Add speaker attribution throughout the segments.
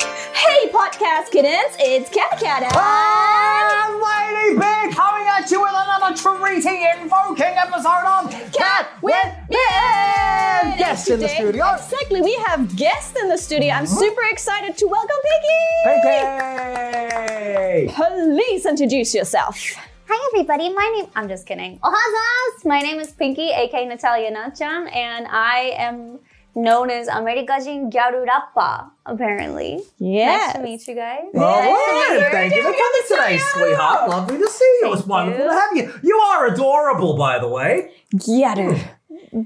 Speaker 1: Daily podcast kittens, it's Cat Cat
Speaker 2: Ah,
Speaker 1: and
Speaker 2: And Lady B coming at you with another treaty invoking episode of Cat with
Speaker 1: Miss.
Speaker 2: Guest in the
Speaker 1: Today-
Speaker 2: studio. Mm-hmm.
Speaker 1: Exactly, we have guests in the studio. I'm super excited to welcome Piggy.
Speaker 2: Pinky.
Speaker 1: Please introduce yourself.
Speaker 3: Hi everybody, my name I'm just kidding. Ohazas! My name is Pinky, aka Natalia Nacham, and I am known as Amerikajin Gyarurappa, apparently.
Speaker 1: Yes.
Speaker 3: Nice to meet you guys.
Speaker 2: All
Speaker 1: Yes.
Speaker 2: right,
Speaker 1: Yes.
Speaker 2: thank you for coming today, sweetheart. Lovely to see you. It was wonderful
Speaker 3: you.
Speaker 2: to have you. You are adorable, by the way.
Speaker 1: Yaru.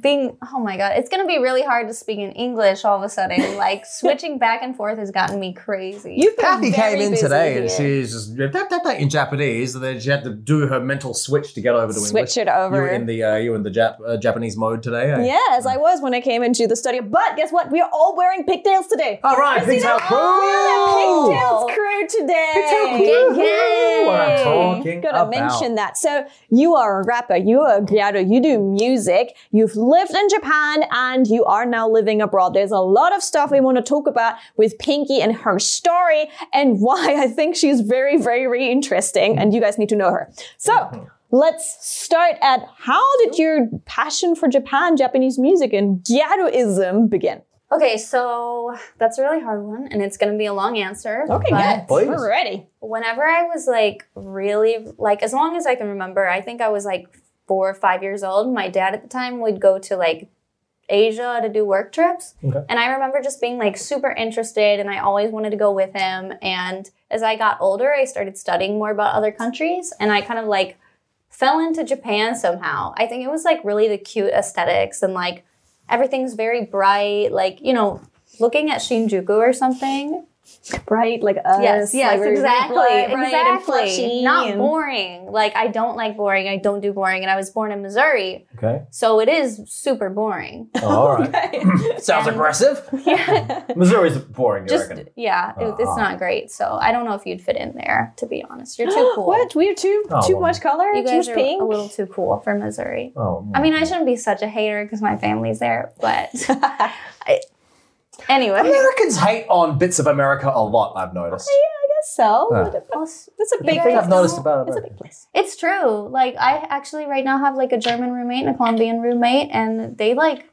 Speaker 3: Being oh my god, it's gonna be really hard to speak in English all of a sudden. Like switching back and forth has gotten me crazy.
Speaker 1: You've been
Speaker 2: Kathy
Speaker 1: very
Speaker 2: came in
Speaker 1: busy
Speaker 2: today and
Speaker 1: here.
Speaker 2: she's just da, da, da, in Japanese, and then she had to do her mental switch to get over to English.
Speaker 1: Switch it
Speaker 2: You
Speaker 1: over.
Speaker 2: were in the uh, you were in the Jap- uh, Japanese mode today. Eh?
Speaker 1: Yes, I was when I came into the studio. But guess what? We are all wearing pigtails today.
Speaker 2: All right, pigtail crew. Oh.
Speaker 1: We're the pigtails crew today.
Speaker 3: Gang,
Speaker 2: Woohoo!
Speaker 3: gang.
Speaker 2: What I'm talking
Speaker 1: Gotta
Speaker 2: about.
Speaker 1: mention that. So you are a rapper, you are a creator, you do music, you've lived in Japan, and you are now living abroad. There's a lot of stuff we want to talk about with Pinky and her story and why I think she's very, very, very interesting, and you guys need to know her.
Speaker 2: Mm-hmm.
Speaker 1: So let's start at how did your passion for Japan, Japanese music, and gyaruism begin?
Speaker 3: Okay, so that's a really hard one, and it's gonna be a long answer.
Speaker 1: Okay,
Speaker 3: but-
Speaker 1: good.
Speaker 2: Please.
Speaker 1: We're ready.
Speaker 3: whenever I was like really like as long as I can remember, I think I was like four or five years old. My dad at the time would go to like Asia to do work trips.
Speaker 2: Okay.
Speaker 3: And I remember just being like super interested and I always wanted to go with him. And as I got older, I started studying more about other countries and I kind of like fell into Japan somehow. I think it was like really the cute aesthetics and like everything's very bright, like, you know, looking at Shinjuku or something.
Speaker 1: Bright like us.
Speaker 3: Yes, yes,
Speaker 1: like we're
Speaker 3: exactly,
Speaker 1: bright, bright and
Speaker 3: exactly.
Speaker 1: flashy
Speaker 3: Not
Speaker 1: and-
Speaker 3: boring. Like I don't like boring. I don't do boring, and I was born in Missouri,
Speaker 2: Okay.
Speaker 3: so it is super boring.
Speaker 2: Oh, all right. Sounds
Speaker 3: And-
Speaker 2: aggressive.
Speaker 3: yeah,
Speaker 2: Missouri's boring, you
Speaker 3: just
Speaker 2: reckon?
Speaker 3: yeah, it- it's not great. So I don't know if you'd fit in there. To be honest, you're too cool.
Speaker 1: What? We're too
Speaker 2: Oh,
Speaker 1: too
Speaker 2: well.
Speaker 1: much color?
Speaker 3: You
Speaker 1: too much
Speaker 3: guys are
Speaker 1: pink?
Speaker 3: a little too cool for Missouri.
Speaker 2: Oh.
Speaker 3: I mean, I shouldn't be such a hater because my family's there, but I, anyway.
Speaker 2: Americans hate on bits of America a lot. I've noticed.
Speaker 1: I guess so.
Speaker 2: Huh.
Speaker 1: What the-
Speaker 3: Also,
Speaker 1: That's a
Speaker 3: You
Speaker 1: big
Speaker 2: I think
Speaker 3: guys
Speaker 2: I've noticed
Speaker 3: don't-
Speaker 2: about
Speaker 1: That's a
Speaker 2: America.
Speaker 1: big place.
Speaker 3: It's true. Like I actually right now have like a German roommate and a Colombian roommate, and they like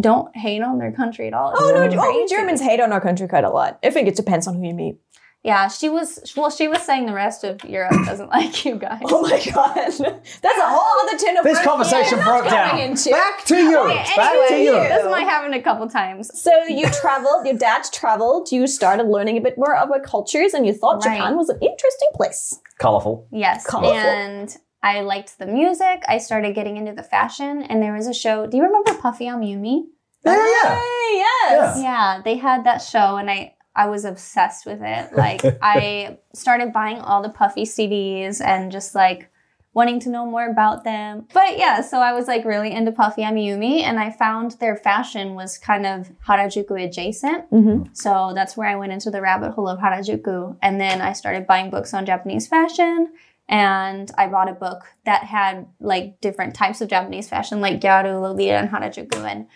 Speaker 3: don't hate on their country at all. It's
Speaker 1: Oh no!
Speaker 3: crazy.
Speaker 1: Oh, Germans hate on our country quite a lot. I think it depends on who you meet.
Speaker 3: Yeah, she was. Well, she was saying the rest of Europe doesn't like you guys.
Speaker 1: Oh my god, that's a whole other tin of.
Speaker 2: This
Speaker 1: worms.
Speaker 2: conversation
Speaker 1: Yeah,
Speaker 2: broke
Speaker 1: that's
Speaker 2: down.
Speaker 1: coming into-
Speaker 2: Back to you. Back to
Speaker 3: Anyway,
Speaker 2: you.
Speaker 3: this might happen a couple times.
Speaker 1: So you traveled. Your dad traveled. You started learning a bit more of our cultures, and you thought
Speaker 3: Right.
Speaker 1: Japan was an interesting place.
Speaker 2: Colorful.
Speaker 3: Yes,
Speaker 1: Colorful.
Speaker 3: and I liked the music. I started getting into the fashion, and there was a show. Do you remember Puffy on Yumi?
Speaker 2: Yeah, yeah, yeah.
Speaker 1: Hey, yes.
Speaker 3: Yeah, they had that show, and I I was obsessed with it. Like I started buying all the Puffy CDs and just like wanting to know more about them. But yeah, so I was like really into Puffy Amiyumi, and I found their fashion was kind of Harajuku adjacent.
Speaker 1: Mm-hmm.
Speaker 3: So that's where I went into the rabbit hole of Harajuku, and then I started buying books on Japanese fashion. And I bought a book that had like different types of Japanese fashion, like Gyaru, Lolita, and Harajuku, and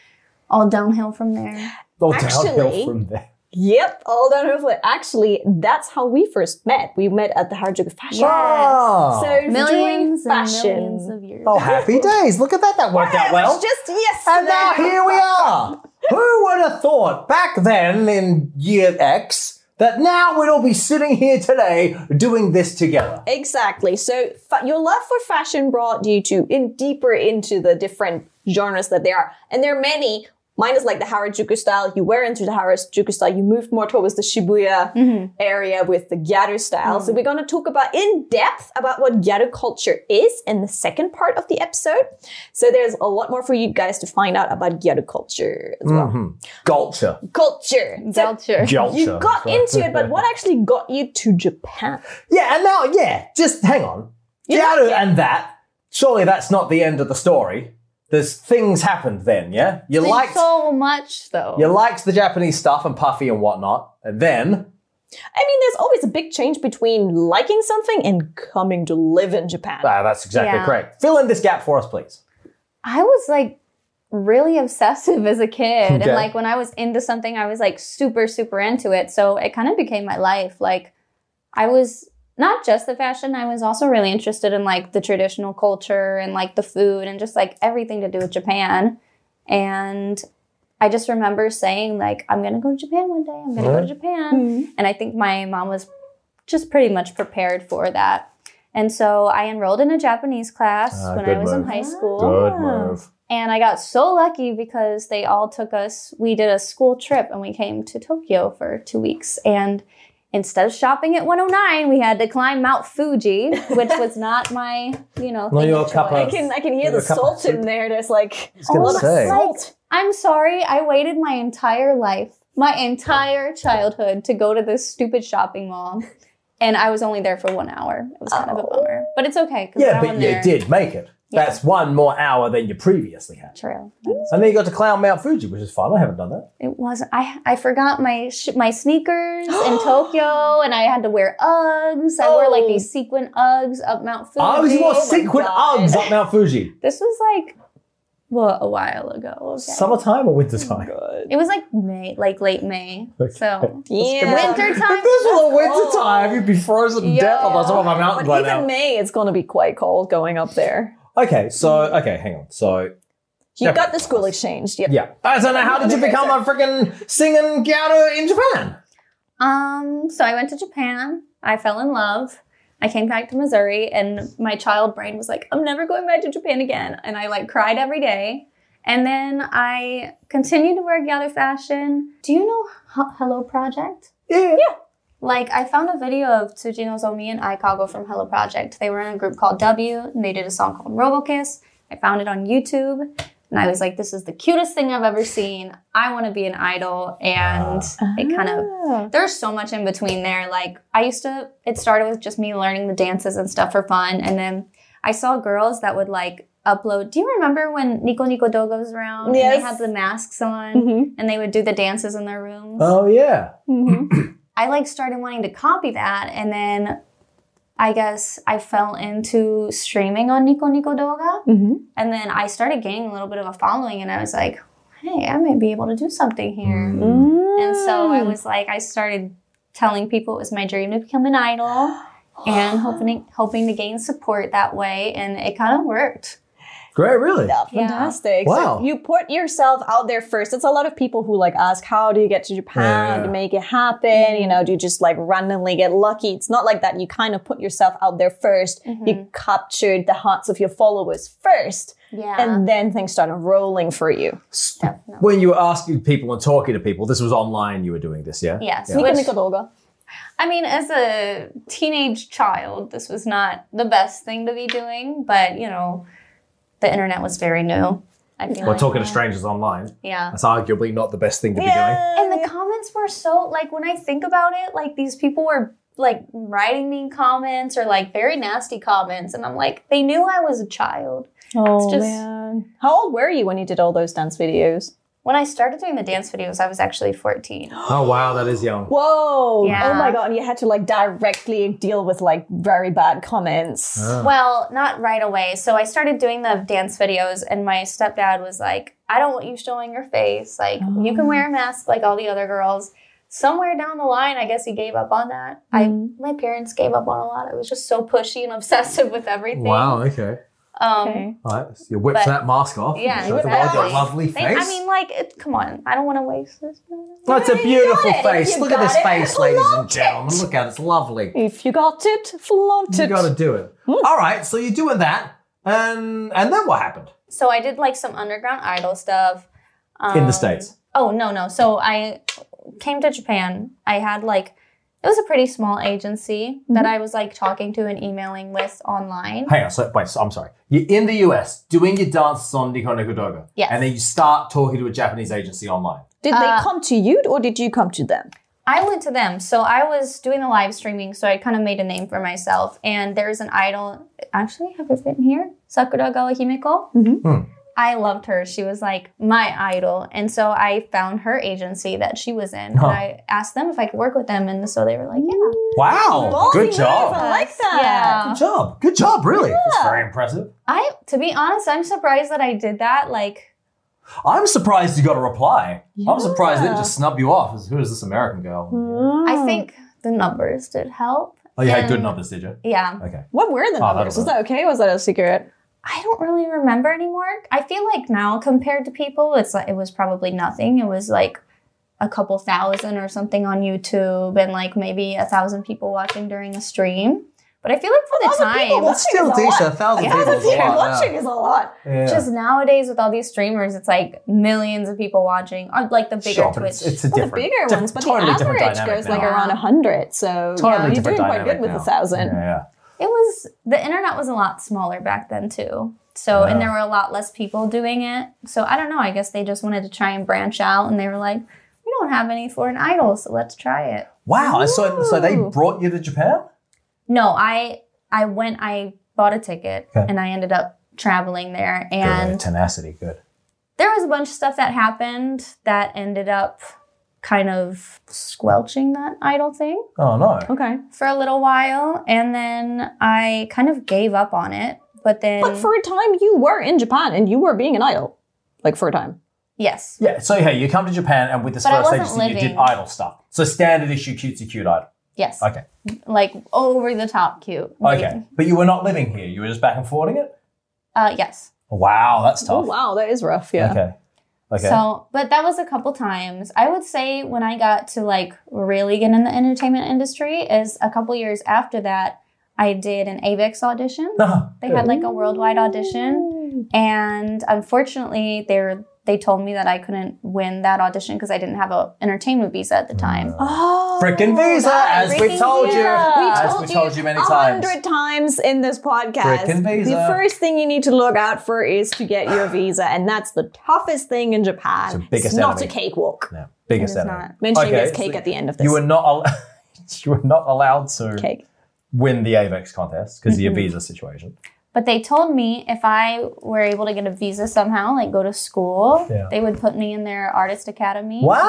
Speaker 3: all downhill from there.
Speaker 2: Oh,
Speaker 1: Actually-
Speaker 2: downhill from there.
Speaker 1: Yep. All down over. Actually, that's how we first met. We met at the Harajuku Fashion.
Speaker 2: Wow.
Speaker 1: So
Speaker 3: millions
Speaker 1: doing fashion.
Speaker 3: and millions of years.
Speaker 2: Ah. oh, happy days. Look at that. That worked out well.
Speaker 1: It's just yes.
Speaker 2: And now here we are. Who would have thought back then in year X that now we'd all be sitting here today doing this together?
Speaker 1: Exactly. So fa- your love for fashion brought you to in deeper into the different genres that there are, and there are many. Mine is like the Harajuku style. You were into the Harajuku style. You moved more towards the Shibuya area with the Gyaru style. So we're going to talk about in depth about what Gyaru culture is in the second part of the episode. So there's a lot more for you guys to find out about Gyaru culture as well.
Speaker 2: Culture.
Speaker 1: Culture. So
Speaker 3: Culture.
Speaker 2: Culture.
Speaker 1: you got into it, but what actually got you to Japan?
Speaker 2: Yeah, and now, yeah, just hang on.
Speaker 1: You
Speaker 2: Gyaru
Speaker 1: like it.
Speaker 2: and that. Surely that's not the end of the story. There's things happened then, yeah? You liked
Speaker 3: so much though.
Speaker 2: you liked the Japanese stuff and puffy and whatnot, and then
Speaker 1: I mean, there's always a big change between liking something and coming to live in Japan.
Speaker 2: ah, that's exactly
Speaker 3: Yeah.
Speaker 2: correct. Fill in this gap for us, please.
Speaker 3: I was like really obsessive as a kid. And
Speaker 2: Okay.
Speaker 3: like when I was into something, I was like super, super into it. So it kind of became my life. Like I was not just the fashion, I was also really interested in like the traditional culture and like the food and just like everything to do with Japan. And I just remember saying like I'm gonna go to Japan one day. I'm gonna go to Japan. And I think my mom was just pretty much prepared for that. And so I enrolled in a Japanese class
Speaker 2: Ah,
Speaker 3: when
Speaker 2: good
Speaker 3: I was in
Speaker 2: move.
Speaker 3: high
Speaker 1: Oh,
Speaker 3: school.
Speaker 2: Good move.
Speaker 3: And I got so lucky because they all took us, we did a school trip and we came to Tokyo for two weeks. And instead of shopping at 109, we had to climb Mount Fuji, which was not my, you know,
Speaker 2: Not
Speaker 3: thing
Speaker 2: your
Speaker 3: of
Speaker 2: cup
Speaker 1: I
Speaker 2: of-
Speaker 3: choice.
Speaker 1: can I can hear
Speaker 2: Yeah,
Speaker 1: the
Speaker 2: a cup of
Speaker 1: salt in
Speaker 2: soup.
Speaker 1: there. There's like
Speaker 2: was
Speaker 1: a
Speaker 2: gonna
Speaker 1: lot of
Speaker 2: say.
Speaker 1: salt.
Speaker 3: I'm sorry, I waited my entire life, my entire childhood to go to this stupid shopping mall. And I was only there for one hour. It was kind of a
Speaker 1: Oh.
Speaker 3: bummer. But it's okay. 'cause
Speaker 2: Yeah,
Speaker 3: now
Speaker 2: but
Speaker 3: I'm
Speaker 2: you
Speaker 3: there.
Speaker 2: did make it.
Speaker 3: Yeah.
Speaker 2: That's one more hour than you previously had.
Speaker 3: True.
Speaker 2: And then you got to climb Mount Fuji, which is fun. I haven't done that.
Speaker 3: It wasn't. I I forgot my sh- my sneakers in Tokyo, and I had to wear Uggs. I wore like
Speaker 1: Oh.
Speaker 3: these sequin Uggs up Mount Fuji.
Speaker 2: Oh, you
Speaker 1: Oh
Speaker 2: wore
Speaker 1: my
Speaker 2: sequin
Speaker 1: God.
Speaker 2: Uggs up Mount Fuji.
Speaker 3: This was like well a while ago. okay.
Speaker 2: Summertime or wintertime?
Speaker 1: Good.
Speaker 3: It was like May, like late May. So
Speaker 1: Yeah.
Speaker 3: winter time.
Speaker 2: If this was a
Speaker 1: cold.
Speaker 2: wintertime, you'd be frozen to
Speaker 3: Yeah.
Speaker 2: death on the top of a
Speaker 1: But
Speaker 2: mountain by
Speaker 1: even
Speaker 2: now.
Speaker 1: May, it's going to be quite cold going up there.
Speaker 2: okay, so okay, hang on. So
Speaker 1: You
Speaker 2: Yeah.
Speaker 1: got the school exchange. Yeah.
Speaker 2: yeah, I don't know. How did you become a freaking singing gyaru in Japan?
Speaker 3: Um, so I went to Japan. I fell in love. I came back to Missouri, and my child brain was like, "I'm never going back to Japan again." And I like cried every day. And then I continued to wear gyaru fashion. Do you know H- Hello Project?
Speaker 2: Yeah,
Speaker 3: Like, I found a video of Tsujino Nozomi and Aikago from Hello Project. They were in a group called W, and they did a song called Robokiss. I found it on YouTube, and I was like, this is the cutest thing I've ever seen. I want to be an idol. And it kind of,
Speaker 1: Ah.
Speaker 3: there's so much in between there. Like, I used to, it started with just me learning the dances and stuff for fun. And then I saw girls that would like upload. Do you remember when Nico Nico Dogo was around? And
Speaker 1: Yes.
Speaker 3: they had the masks on,
Speaker 1: Mhm.
Speaker 3: and they would do the dances in their rooms.
Speaker 2: Oh yeah.
Speaker 1: Mhm.
Speaker 3: I like started wanting to copy that, and then I guess I fell into streaming on Nico Nico Doga,
Speaker 1: Mhm.
Speaker 3: and then I started gaining a little bit of a following, and I was like, hey, I may be able to do something here.
Speaker 2: Mm.
Speaker 3: And so I was like, I started telling people it was my dream to become an idol, and hoping hoping to gain support that way, and it kind of worked.
Speaker 2: Great, really.
Speaker 1: Yeah,
Speaker 3: Yeah.
Speaker 1: fantastic.
Speaker 2: Wow.
Speaker 1: So you put yourself out there first. It's a lot of people who like ask, how do you get to Japan?
Speaker 2: Yeah.
Speaker 1: How do you make it happen?
Speaker 3: Mm.
Speaker 1: You know, do you just like randomly get lucky? It's not like that. You kind of put yourself out there 1st
Speaker 3: Mm-hmm.
Speaker 1: You captured the hearts of your followers first,
Speaker 3: Yeah,
Speaker 1: and then things started rolling for you.
Speaker 2: S-
Speaker 3: definitely.
Speaker 2: When you were asking people and talking to people, this was online. You were doing this, yeah.
Speaker 3: Yes.
Speaker 2: Yeah.
Speaker 3: Which-
Speaker 1: Nikodolga.
Speaker 3: I mean, as a teenage child, this was not the best thing to be doing, but you know, the internet was very new. I feel
Speaker 2: Well,
Speaker 3: like.
Speaker 2: talking to strangers online.
Speaker 3: Yeah.
Speaker 2: That's arguably not the best thing to be doing.
Speaker 1: Yeah.
Speaker 3: And the comments were so like when I think about it, like these people were like writing me comments or like very nasty comments, and I'm like, they knew I was a child.
Speaker 1: oh,
Speaker 3: it's just-
Speaker 1: man. How old were you when you did all those dance videos?
Speaker 3: When I started doing the dance videos, I was actually 14.
Speaker 2: Oh wow, that is young.
Speaker 1: Whoa!
Speaker 3: Yeah.
Speaker 1: Oh my god! And you had to like directly deal with like very bad comments.
Speaker 2: Ah.
Speaker 3: Well, not right away. So I started doing the dance videos, and my stepdad was like, I don't want you showing your face. Like, you can
Speaker 2: Oh.
Speaker 3: wear a mask like all the other girls. Somewhere down the line, I guess he gave up on that.
Speaker 2: Hmm.
Speaker 1: Mhm.
Speaker 3: I my parents gave up on a lot. I was just so pushy and obsessive with everything.
Speaker 2: Wow. Okay.
Speaker 3: Um,
Speaker 1: Okay.
Speaker 2: All right. So you whipped
Speaker 3: But-
Speaker 2: that mask off.
Speaker 3: Yeah,
Speaker 2: Show the world your
Speaker 3: exactly.
Speaker 2: lovely
Speaker 3: they-
Speaker 2: face.
Speaker 3: I mean, like, it, come on. I don't want to waste this.
Speaker 2: That's a beautiful
Speaker 1: got it.
Speaker 2: face.
Speaker 1: You
Speaker 2: Look at
Speaker 1: got
Speaker 2: this
Speaker 1: it.
Speaker 2: face,
Speaker 1: I
Speaker 2: ladies and
Speaker 1: loved
Speaker 2: gentlemen.
Speaker 1: it.
Speaker 2: Look at it. It's lovely.
Speaker 1: If you got it, Hmm. flaunt
Speaker 2: You
Speaker 1: it.
Speaker 2: gotta do it. All right, so you're doing that, and and then what happened
Speaker 3: So I did like some underground idol stuff.
Speaker 2: in the
Speaker 3: Um,
Speaker 2: states?
Speaker 3: Oh no, no. So I came to Japan. I had like it was a pretty small agency that
Speaker 1: Mm-hmm.
Speaker 3: I was like talking to and emailing with online.
Speaker 2: Hang on, so wait. So I'm sorry. You're in the U.S. doing your dances on Nico Nikodoga,
Speaker 3: Yes.
Speaker 2: and then you start talking to a Japanese agency online.
Speaker 1: Did
Speaker 3: Uh,
Speaker 1: they come to you or did you come to them?
Speaker 3: I went to them. So I was doing the live streaming, so I kind of made a name for myself. And there's an idol actually, have it written here? Sakura Gawa Himeko.
Speaker 1: Mhm.
Speaker 2: Hmm.
Speaker 3: I loved her. She was like my idol. And so I found her agency that she was in.
Speaker 2: Huh.
Speaker 3: And I asked them if I could work with them. And so they were like, yeah.
Speaker 2: Wow,
Speaker 1: Ballsy
Speaker 2: good
Speaker 1: move.
Speaker 2: job.
Speaker 1: I like that.
Speaker 3: Yeah.
Speaker 2: Good job. Good job. Really, that's very impressive.
Speaker 3: I to be honest, I'm surprised that I did that. Like
Speaker 2: I'm surprised you got a reply. I'm surprised they
Speaker 1: Yeah.
Speaker 2: didn't just snub you off as who is this American girl?
Speaker 1: Hmm.
Speaker 3: I think the numbers did help.
Speaker 2: Oh, you had good
Speaker 3: and-
Speaker 2: numbers, did you?
Speaker 3: Yeah.
Speaker 2: Okay.
Speaker 1: What were the
Speaker 2: Oh, that
Speaker 1: numbers? Was
Speaker 2: was-
Speaker 1: that okay? Was that a secret?
Speaker 3: I don't really remember anymore. I feel like now compared to people, it's like it was probably nothing. It was like a couple thousand or something on YouTube and like maybe a thousand people watching during a stream. But I feel like for the
Speaker 1: thousand people
Speaker 3: time,
Speaker 1: watching is a lot.
Speaker 2: thousand
Speaker 1: A thousand
Speaker 2: is a
Speaker 1: people
Speaker 2: lot,
Speaker 1: watching is a lot.
Speaker 2: yeah.
Speaker 3: just nowadays with all these streamers, it's like millions of people watching on like the bigger
Speaker 2: Sure, but
Speaker 3: Twitch.
Speaker 2: It's, it's a
Speaker 1: Well, the
Speaker 2: different,
Speaker 1: bigger
Speaker 2: diff-
Speaker 1: ones, but
Speaker 2: totally
Speaker 1: the
Speaker 2: different
Speaker 1: average
Speaker 2: dynamic
Speaker 1: goes like
Speaker 2: now.
Speaker 1: around hundred. So
Speaker 2: totally
Speaker 1: yeah, you're
Speaker 2: different
Speaker 1: doing quite
Speaker 2: dynamic
Speaker 1: good with
Speaker 2: now.
Speaker 1: a thousand.
Speaker 2: Yeah, yeah.
Speaker 3: it was the internet was a lot smaller back then too so
Speaker 2: Yeah.
Speaker 3: and there were a lot less people doing it so i don't know i guess they just wanted to try and branch out and they were like we don't have any for an idol so let's try it
Speaker 2: Wow. and So, so they
Speaker 1: Ooh.
Speaker 2: brought you to Japan?
Speaker 3: no i i went i bought a ticket
Speaker 2: Okay.
Speaker 3: and i ended up traveling there
Speaker 2: good.
Speaker 3: and
Speaker 2: Tenacity, good.
Speaker 3: there was a bunch of stuff that happened that ended up kind of squelching that idol thing
Speaker 2: Oh, no.
Speaker 1: Okay,
Speaker 3: for a little while and then i kind of gave up on it but then
Speaker 1: but for a time you were in Japan and you were being an idol, like for a time.
Speaker 3: yes
Speaker 2: Yeah, so hey, you come to Japan and with this
Speaker 3: But I
Speaker 2: first
Speaker 3: wasn't
Speaker 2: agency, you did
Speaker 3: living.
Speaker 2: idol stuff. So standard issue cutesy cute idol.
Speaker 3: yes
Speaker 2: Okay.
Speaker 3: like over the top cute.
Speaker 2: Okay. But you were not living here. You were just back and forwarding it?
Speaker 3: Uh, yes.
Speaker 2: Wow, that's
Speaker 1: Oh
Speaker 2: tough.
Speaker 1: wow, that is rough. Yeah.
Speaker 2: Okay. Okay.
Speaker 3: So, but that was a couple times. I would say when I got to like really get in the entertainment industry is a couple years after that. I did an AVIX audition.
Speaker 2: No,
Speaker 3: They
Speaker 2: good.
Speaker 3: had like a worldwide audition, and unfortunately, they were, they told me that I couldn't win that audition because I didn't have a entertainment visa at the time.
Speaker 2: Mm.
Speaker 1: Oh,
Speaker 2: Frickin' visa,
Speaker 1: that
Speaker 2: as we've
Speaker 1: frickin'
Speaker 2: told you.
Speaker 1: visa.
Speaker 2: We As told we told you many
Speaker 1: a
Speaker 2: times.
Speaker 1: hundred times in this podcast.
Speaker 2: Frickin' visa.
Speaker 1: The first thing you need to look out for is to get your visa, and that's the toughest thing in Japan.
Speaker 2: It's the biggest
Speaker 1: It's not
Speaker 2: enemy.
Speaker 1: a cakewalk.
Speaker 2: No, biggest
Speaker 3: It is
Speaker 2: enemy.
Speaker 3: not.
Speaker 1: Mentioning
Speaker 2: Okay,
Speaker 1: this
Speaker 2: so
Speaker 1: cake at the end of this
Speaker 2: You were not al- you were not allowed to
Speaker 1: cake.
Speaker 2: win the AVEX contest because
Speaker 3: Mm-hmm.
Speaker 2: of your visa situation.
Speaker 3: But they told me if I were able to get a visa somehow, like go to school,
Speaker 2: Yeah.
Speaker 3: they would put me in their artist academy.
Speaker 2: Wow.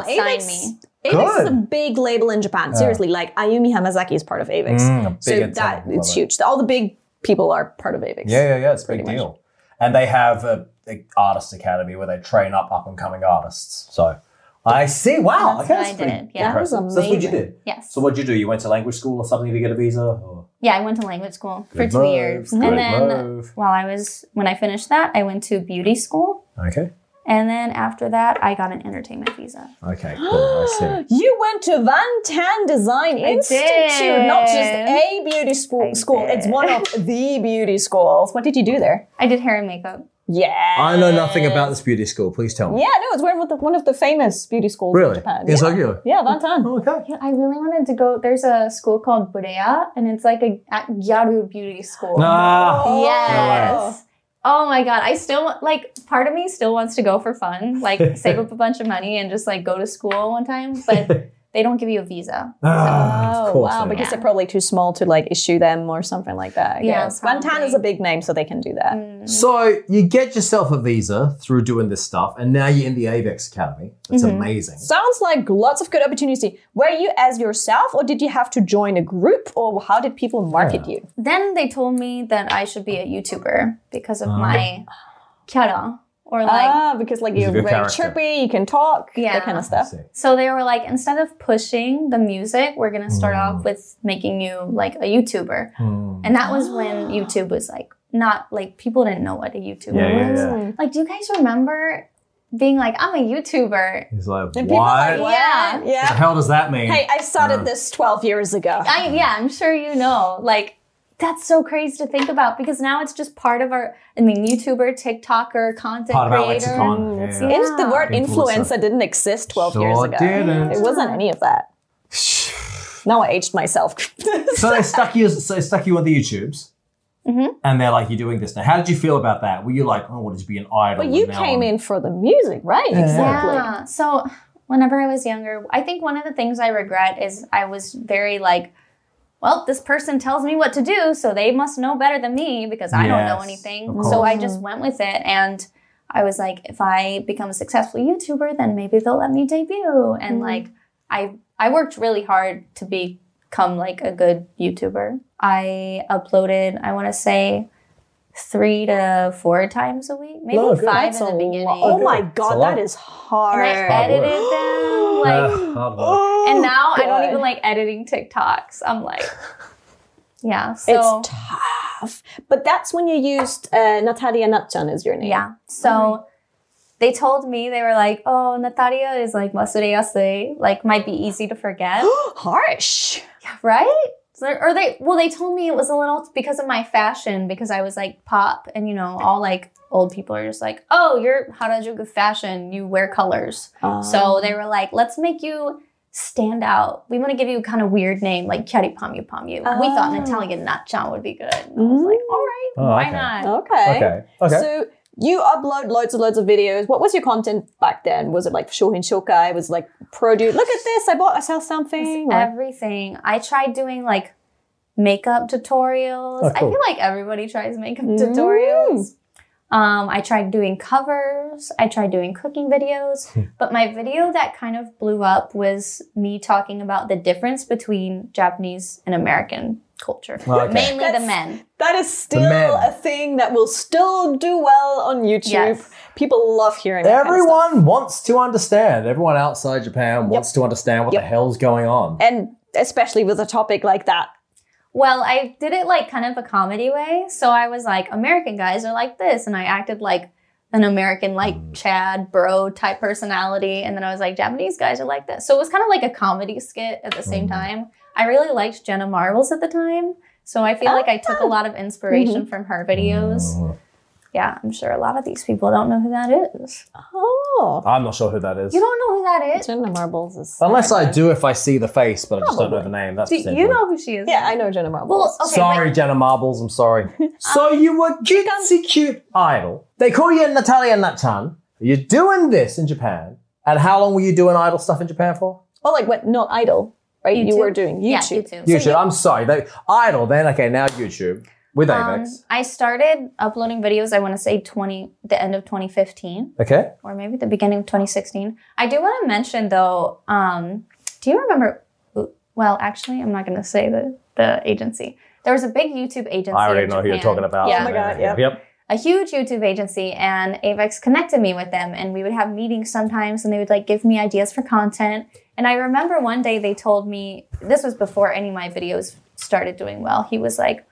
Speaker 3: and Oh, sign
Speaker 1: Avex-
Speaker 3: me.
Speaker 1: Avex is a
Speaker 2: Good.
Speaker 1: big label in Japan. Seriously, like Ayumi Hamazaki is part of Avex.
Speaker 2: Mm, a big
Speaker 1: so
Speaker 2: incentive,
Speaker 1: that
Speaker 2: love
Speaker 1: it's
Speaker 2: it.
Speaker 1: huge. All the big people are part of Avex.
Speaker 2: Yeah, yeah, yeah. It's a big
Speaker 1: Pretty much.
Speaker 2: deal. And they have a, a artist academy where they train up up and coming artists. So I see. Wow.
Speaker 3: That's
Speaker 2: okay,
Speaker 3: what I
Speaker 2: pretty
Speaker 3: did, yeah.
Speaker 1: That was
Speaker 2: impressive. So that's what you
Speaker 1: amazing.
Speaker 2: did.
Speaker 3: Yes.
Speaker 2: So what did you do? You went to language school or something to get a visa? Or?
Speaker 3: Yeah, I went to language school
Speaker 2: Good
Speaker 3: for two
Speaker 2: move,
Speaker 3: years.
Speaker 2: good
Speaker 3: and then
Speaker 2: move.
Speaker 3: while I was when I finished that, I went to beauty school.
Speaker 2: Okay.
Speaker 3: And then after that, I got an entertainment visa.
Speaker 2: Okay. Cool. I see.
Speaker 1: You went to Van Tan Design Institute, not just
Speaker 3: did.
Speaker 1: a beauty school.
Speaker 3: I
Speaker 1: school. It's
Speaker 3: did.
Speaker 1: one of the beauty schools. What did you do there?
Speaker 3: I did hair and makeup.
Speaker 1: Yeah.
Speaker 2: I know nothing about this beauty school. Please tell me.
Speaker 1: Yeah, no, it's one of the, one of the famous beauty schools
Speaker 2: Really?
Speaker 1: in Japan.
Speaker 2: In
Speaker 1: yeah.
Speaker 2: Tokyo?
Speaker 1: Yeah, Van Tan.
Speaker 2: Okay.
Speaker 3: Yeah, I really wanted to go. There's a school called Burea, and it's like a, a Gyaru beauty school.
Speaker 2: Ah.
Speaker 3: Yes. Oh my god, I still like part of me still wants to go for fun, like save up a bunch of money and just like go to school one time, but they don't give you a visa.
Speaker 2: Ah,
Speaker 1: Oh,
Speaker 2: of course.
Speaker 1: wow,
Speaker 2: they
Speaker 1: because
Speaker 2: are.
Speaker 1: they're probably too small to like issue them or something like that. I
Speaker 3: Yeah,
Speaker 1: guess. Van Tan
Speaker 3: probably. Mm.
Speaker 1: is a big name, so they can do that.
Speaker 3: Um,
Speaker 2: So you get yourself a visa through doing this stuff, and now you're in the AVEX Academy. That's
Speaker 1: Mm-hmm.
Speaker 2: amazing.
Speaker 1: Sounds like lots of good opportunity. Were you as yourself, or did you have to join a group, or how did people market you?
Speaker 3: Then they told me that I should be a YouTuber because of my
Speaker 2: Ah.
Speaker 3: kyara or like
Speaker 1: ah, because like
Speaker 2: He's a
Speaker 1: you're
Speaker 2: good
Speaker 1: very
Speaker 2: character.
Speaker 1: chirpy, you can talk,
Speaker 3: Yeah.
Speaker 1: that kind of
Speaker 2: I
Speaker 1: stuff.
Speaker 2: see.
Speaker 3: so they were like instead of pushing the music, we're going to start off with making you like a YouTuber.
Speaker 2: Hmm.
Speaker 3: And that was when YouTube was like not like people didn't know what a YouTuber
Speaker 2: Yeah, yeah,
Speaker 3: was.
Speaker 2: yeah.
Speaker 3: Like, do you guys remember being like, I'm a YouTuber?
Speaker 2: He's like,
Speaker 1: And people are like,
Speaker 2: what?
Speaker 3: "What?"
Speaker 1: yeah,
Speaker 3: Yeah.
Speaker 2: What the
Speaker 1: yeah.
Speaker 2: hell does that mean?
Speaker 1: Hey, I started
Speaker 2: Uh.
Speaker 1: this 12 years ago.
Speaker 3: I yeah, I'm sure you know. Like, that's so crazy to think about because now it's just part of our. I mean, YouTuber, TikToker, content
Speaker 2: Part of our
Speaker 3: creator.
Speaker 2: lexicon. Yeah,
Speaker 1: It's-
Speaker 2: yeah.
Speaker 1: If the word
Speaker 2: Influencer.
Speaker 1: influencer didn't exist 12
Speaker 2: Sure
Speaker 1: years ago,
Speaker 2: didn't.
Speaker 1: it wasn't any of that. Now I aged myself.
Speaker 2: so they stuck you. So they stuck you on the YouTubes,
Speaker 1: Mm-hmm.
Speaker 3: Mhm.
Speaker 2: and they're like, "You're doing this now." How did you feel about that? Were you like, "Oh, what did you be an idol?"
Speaker 1: but you
Speaker 2: and now
Speaker 1: came
Speaker 2: I'm-
Speaker 1: in for the music, right?
Speaker 2: Yeah.
Speaker 1: Exactly.
Speaker 3: Yeah. So whenever I was younger, I think one of the things I regret is I was very like, well, this person tells me what to do, so they must know better than me because I don't know
Speaker 2: Yes, of
Speaker 3: anything.
Speaker 2: course.
Speaker 3: So I just went with it and I was like, if I become a successful YouTuber, then maybe they'll let me debut. And like I I worked really hard to become like a good YouTuber. I uploaded, I wanna say three to four times a week, maybe
Speaker 2: Oh, good.
Speaker 3: five
Speaker 1: That's
Speaker 3: in
Speaker 1: a
Speaker 3: the beginning.
Speaker 1: lot. Oh my
Speaker 2: It's a
Speaker 1: god,
Speaker 2: lot.
Speaker 1: that is hard.
Speaker 3: and I edited them like.
Speaker 2: Ah, hard work.
Speaker 1: Oh,
Speaker 3: and now I don't
Speaker 1: God.
Speaker 3: even like editing TikToks. I'm like, yeah. So
Speaker 1: it's tough. But that's when you used uh, Natalia Natchan as your name.
Speaker 3: yeah. So they told me they were like, oh, Natalia is like masureyase, like might be easy to forget,
Speaker 1: Harsh.
Speaker 3: right? So they're- Or they well, they told me it was a little because of my fashion because I was like pop and you know all like old people are just like, oh, you're Harajuku fashion, you wear colors.
Speaker 1: Um,
Speaker 2: Oh.
Speaker 3: So they were like, let's make you stand out. We want to give you a kind of weird name, like Kyari Pamu Pamu. We thought
Speaker 1: Oh.
Speaker 3: Natalia Natchan would be good. And I was like, all right,
Speaker 2: Oh,
Speaker 3: why
Speaker 2: okay.
Speaker 3: not?
Speaker 1: okay.
Speaker 2: Okay. Okay.
Speaker 1: So you upload loads and loads of videos. What was your content back then? Was it like Shohin Shokai? Was it like produce? Look at this. I bought. I sell something.
Speaker 3: It's everything. I tried doing like makeup tutorials.
Speaker 2: Oh,
Speaker 3: I
Speaker 2: cool.
Speaker 3: feel like everybody tries makeup
Speaker 1: Mm.
Speaker 3: tutorials. Um, I tried doing covers. I tried doing cooking videos.
Speaker 2: Hmm.
Speaker 3: but my video that kind of blew up was me talking about the difference between Japanese and American culture,
Speaker 2: Okay.
Speaker 3: mainly
Speaker 1: That's-
Speaker 3: the men.
Speaker 1: that is still
Speaker 2: men.
Speaker 1: a thing that will still do well on YouTube.
Speaker 3: Yes.
Speaker 1: People love hearing. that kind of stuff.
Speaker 2: Everyone wants to understand. Everyone outside Japan wants to understand what
Speaker 1: Yep.
Speaker 2: the hell's going on.
Speaker 1: and especially with a topic like that.
Speaker 3: Well, I did it like kind of a comedy way. So I was like, American guys are like this. And I acted like an American, like
Speaker 1: Mm.
Speaker 3: Chad, bro type personality. And then I was like, Japanese guys are like this. So it was kind of like a comedy skit at the same
Speaker 1: Mm-hmm.
Speaker 2: Mm.
Speaker 3: time. I really liked Jenna Marbles at the time. So I feel like I
Speaker 1: Oh.
Speaker 3: took a lot of inspiration
Speaker 1: Mm-hmm.
Speaker 3: from her videos.
Speaker 2: Mm.
Speaker 3: Yeah, I'm sure a lot of these people don't know who that is.
Speaker 1: Oh,
Speaker 2: I'm not sure who that is.
Speaker 3: You don't know who that is?
Speaker 1: Jenna Marbles is.
Speaker 2: Unless I do if I see the face, but I just don't know the
Speaker 1: Probably.
Speaker 2: name. That's
Speaker 3: Do
Speaker 2: potentially-
Speaker 3: you know who she is?
Speaker 1: Yeah, I know Jenna Marbles.
Speaker 3: Well, okay,
Speaker 2: Sorry, Jenna Marbles, I'm sorry.
Speaker 3: Um,
Speaker 2: so you were cutesy cute idol. They call you Natalia Natchan. You're doing this in Japan. And how long were you doing idol stuff in Japan for?
Speaker 1: Oh, like what? Not Idol, right? You
Speaker 3: YouTube?
Speaker 1: were doing
Speaker 3: but- Yeah,
Speaker 1: YouTube.
Speaker 3: YouTube.
Speaker 2: YouTube. I'm sorry. They, idol, then okay, now YouTube with
Speaker 3: Um,
Speaker 2: Avex.
Speaker 3: I started uploading videos, I want to say 20, the end of 2015,
Speaker 2: Okay.
Speaker 3: or maybe the beginning of 2016. I do want to mention though, um, do you remember? Well, actually, I'm not going to say the, the agency. There was a big YouTube agency.
Speaker 2: I already
Speaker 3: in
Speaker 2: know who you're
Speaker 3: Japan.
Speaker 2: talking about.
Speaker 3: Yeah.
Speaker 1: Oh my God, yeah.
Speaker 2: Yep.
Speaker 3: A huge YouTube agency, and Avex connected me with them, and we would have meetings sometimes, and they would like give me ideas for content. And I remember one day they told me, this was before any of my videos started doing well. He was like,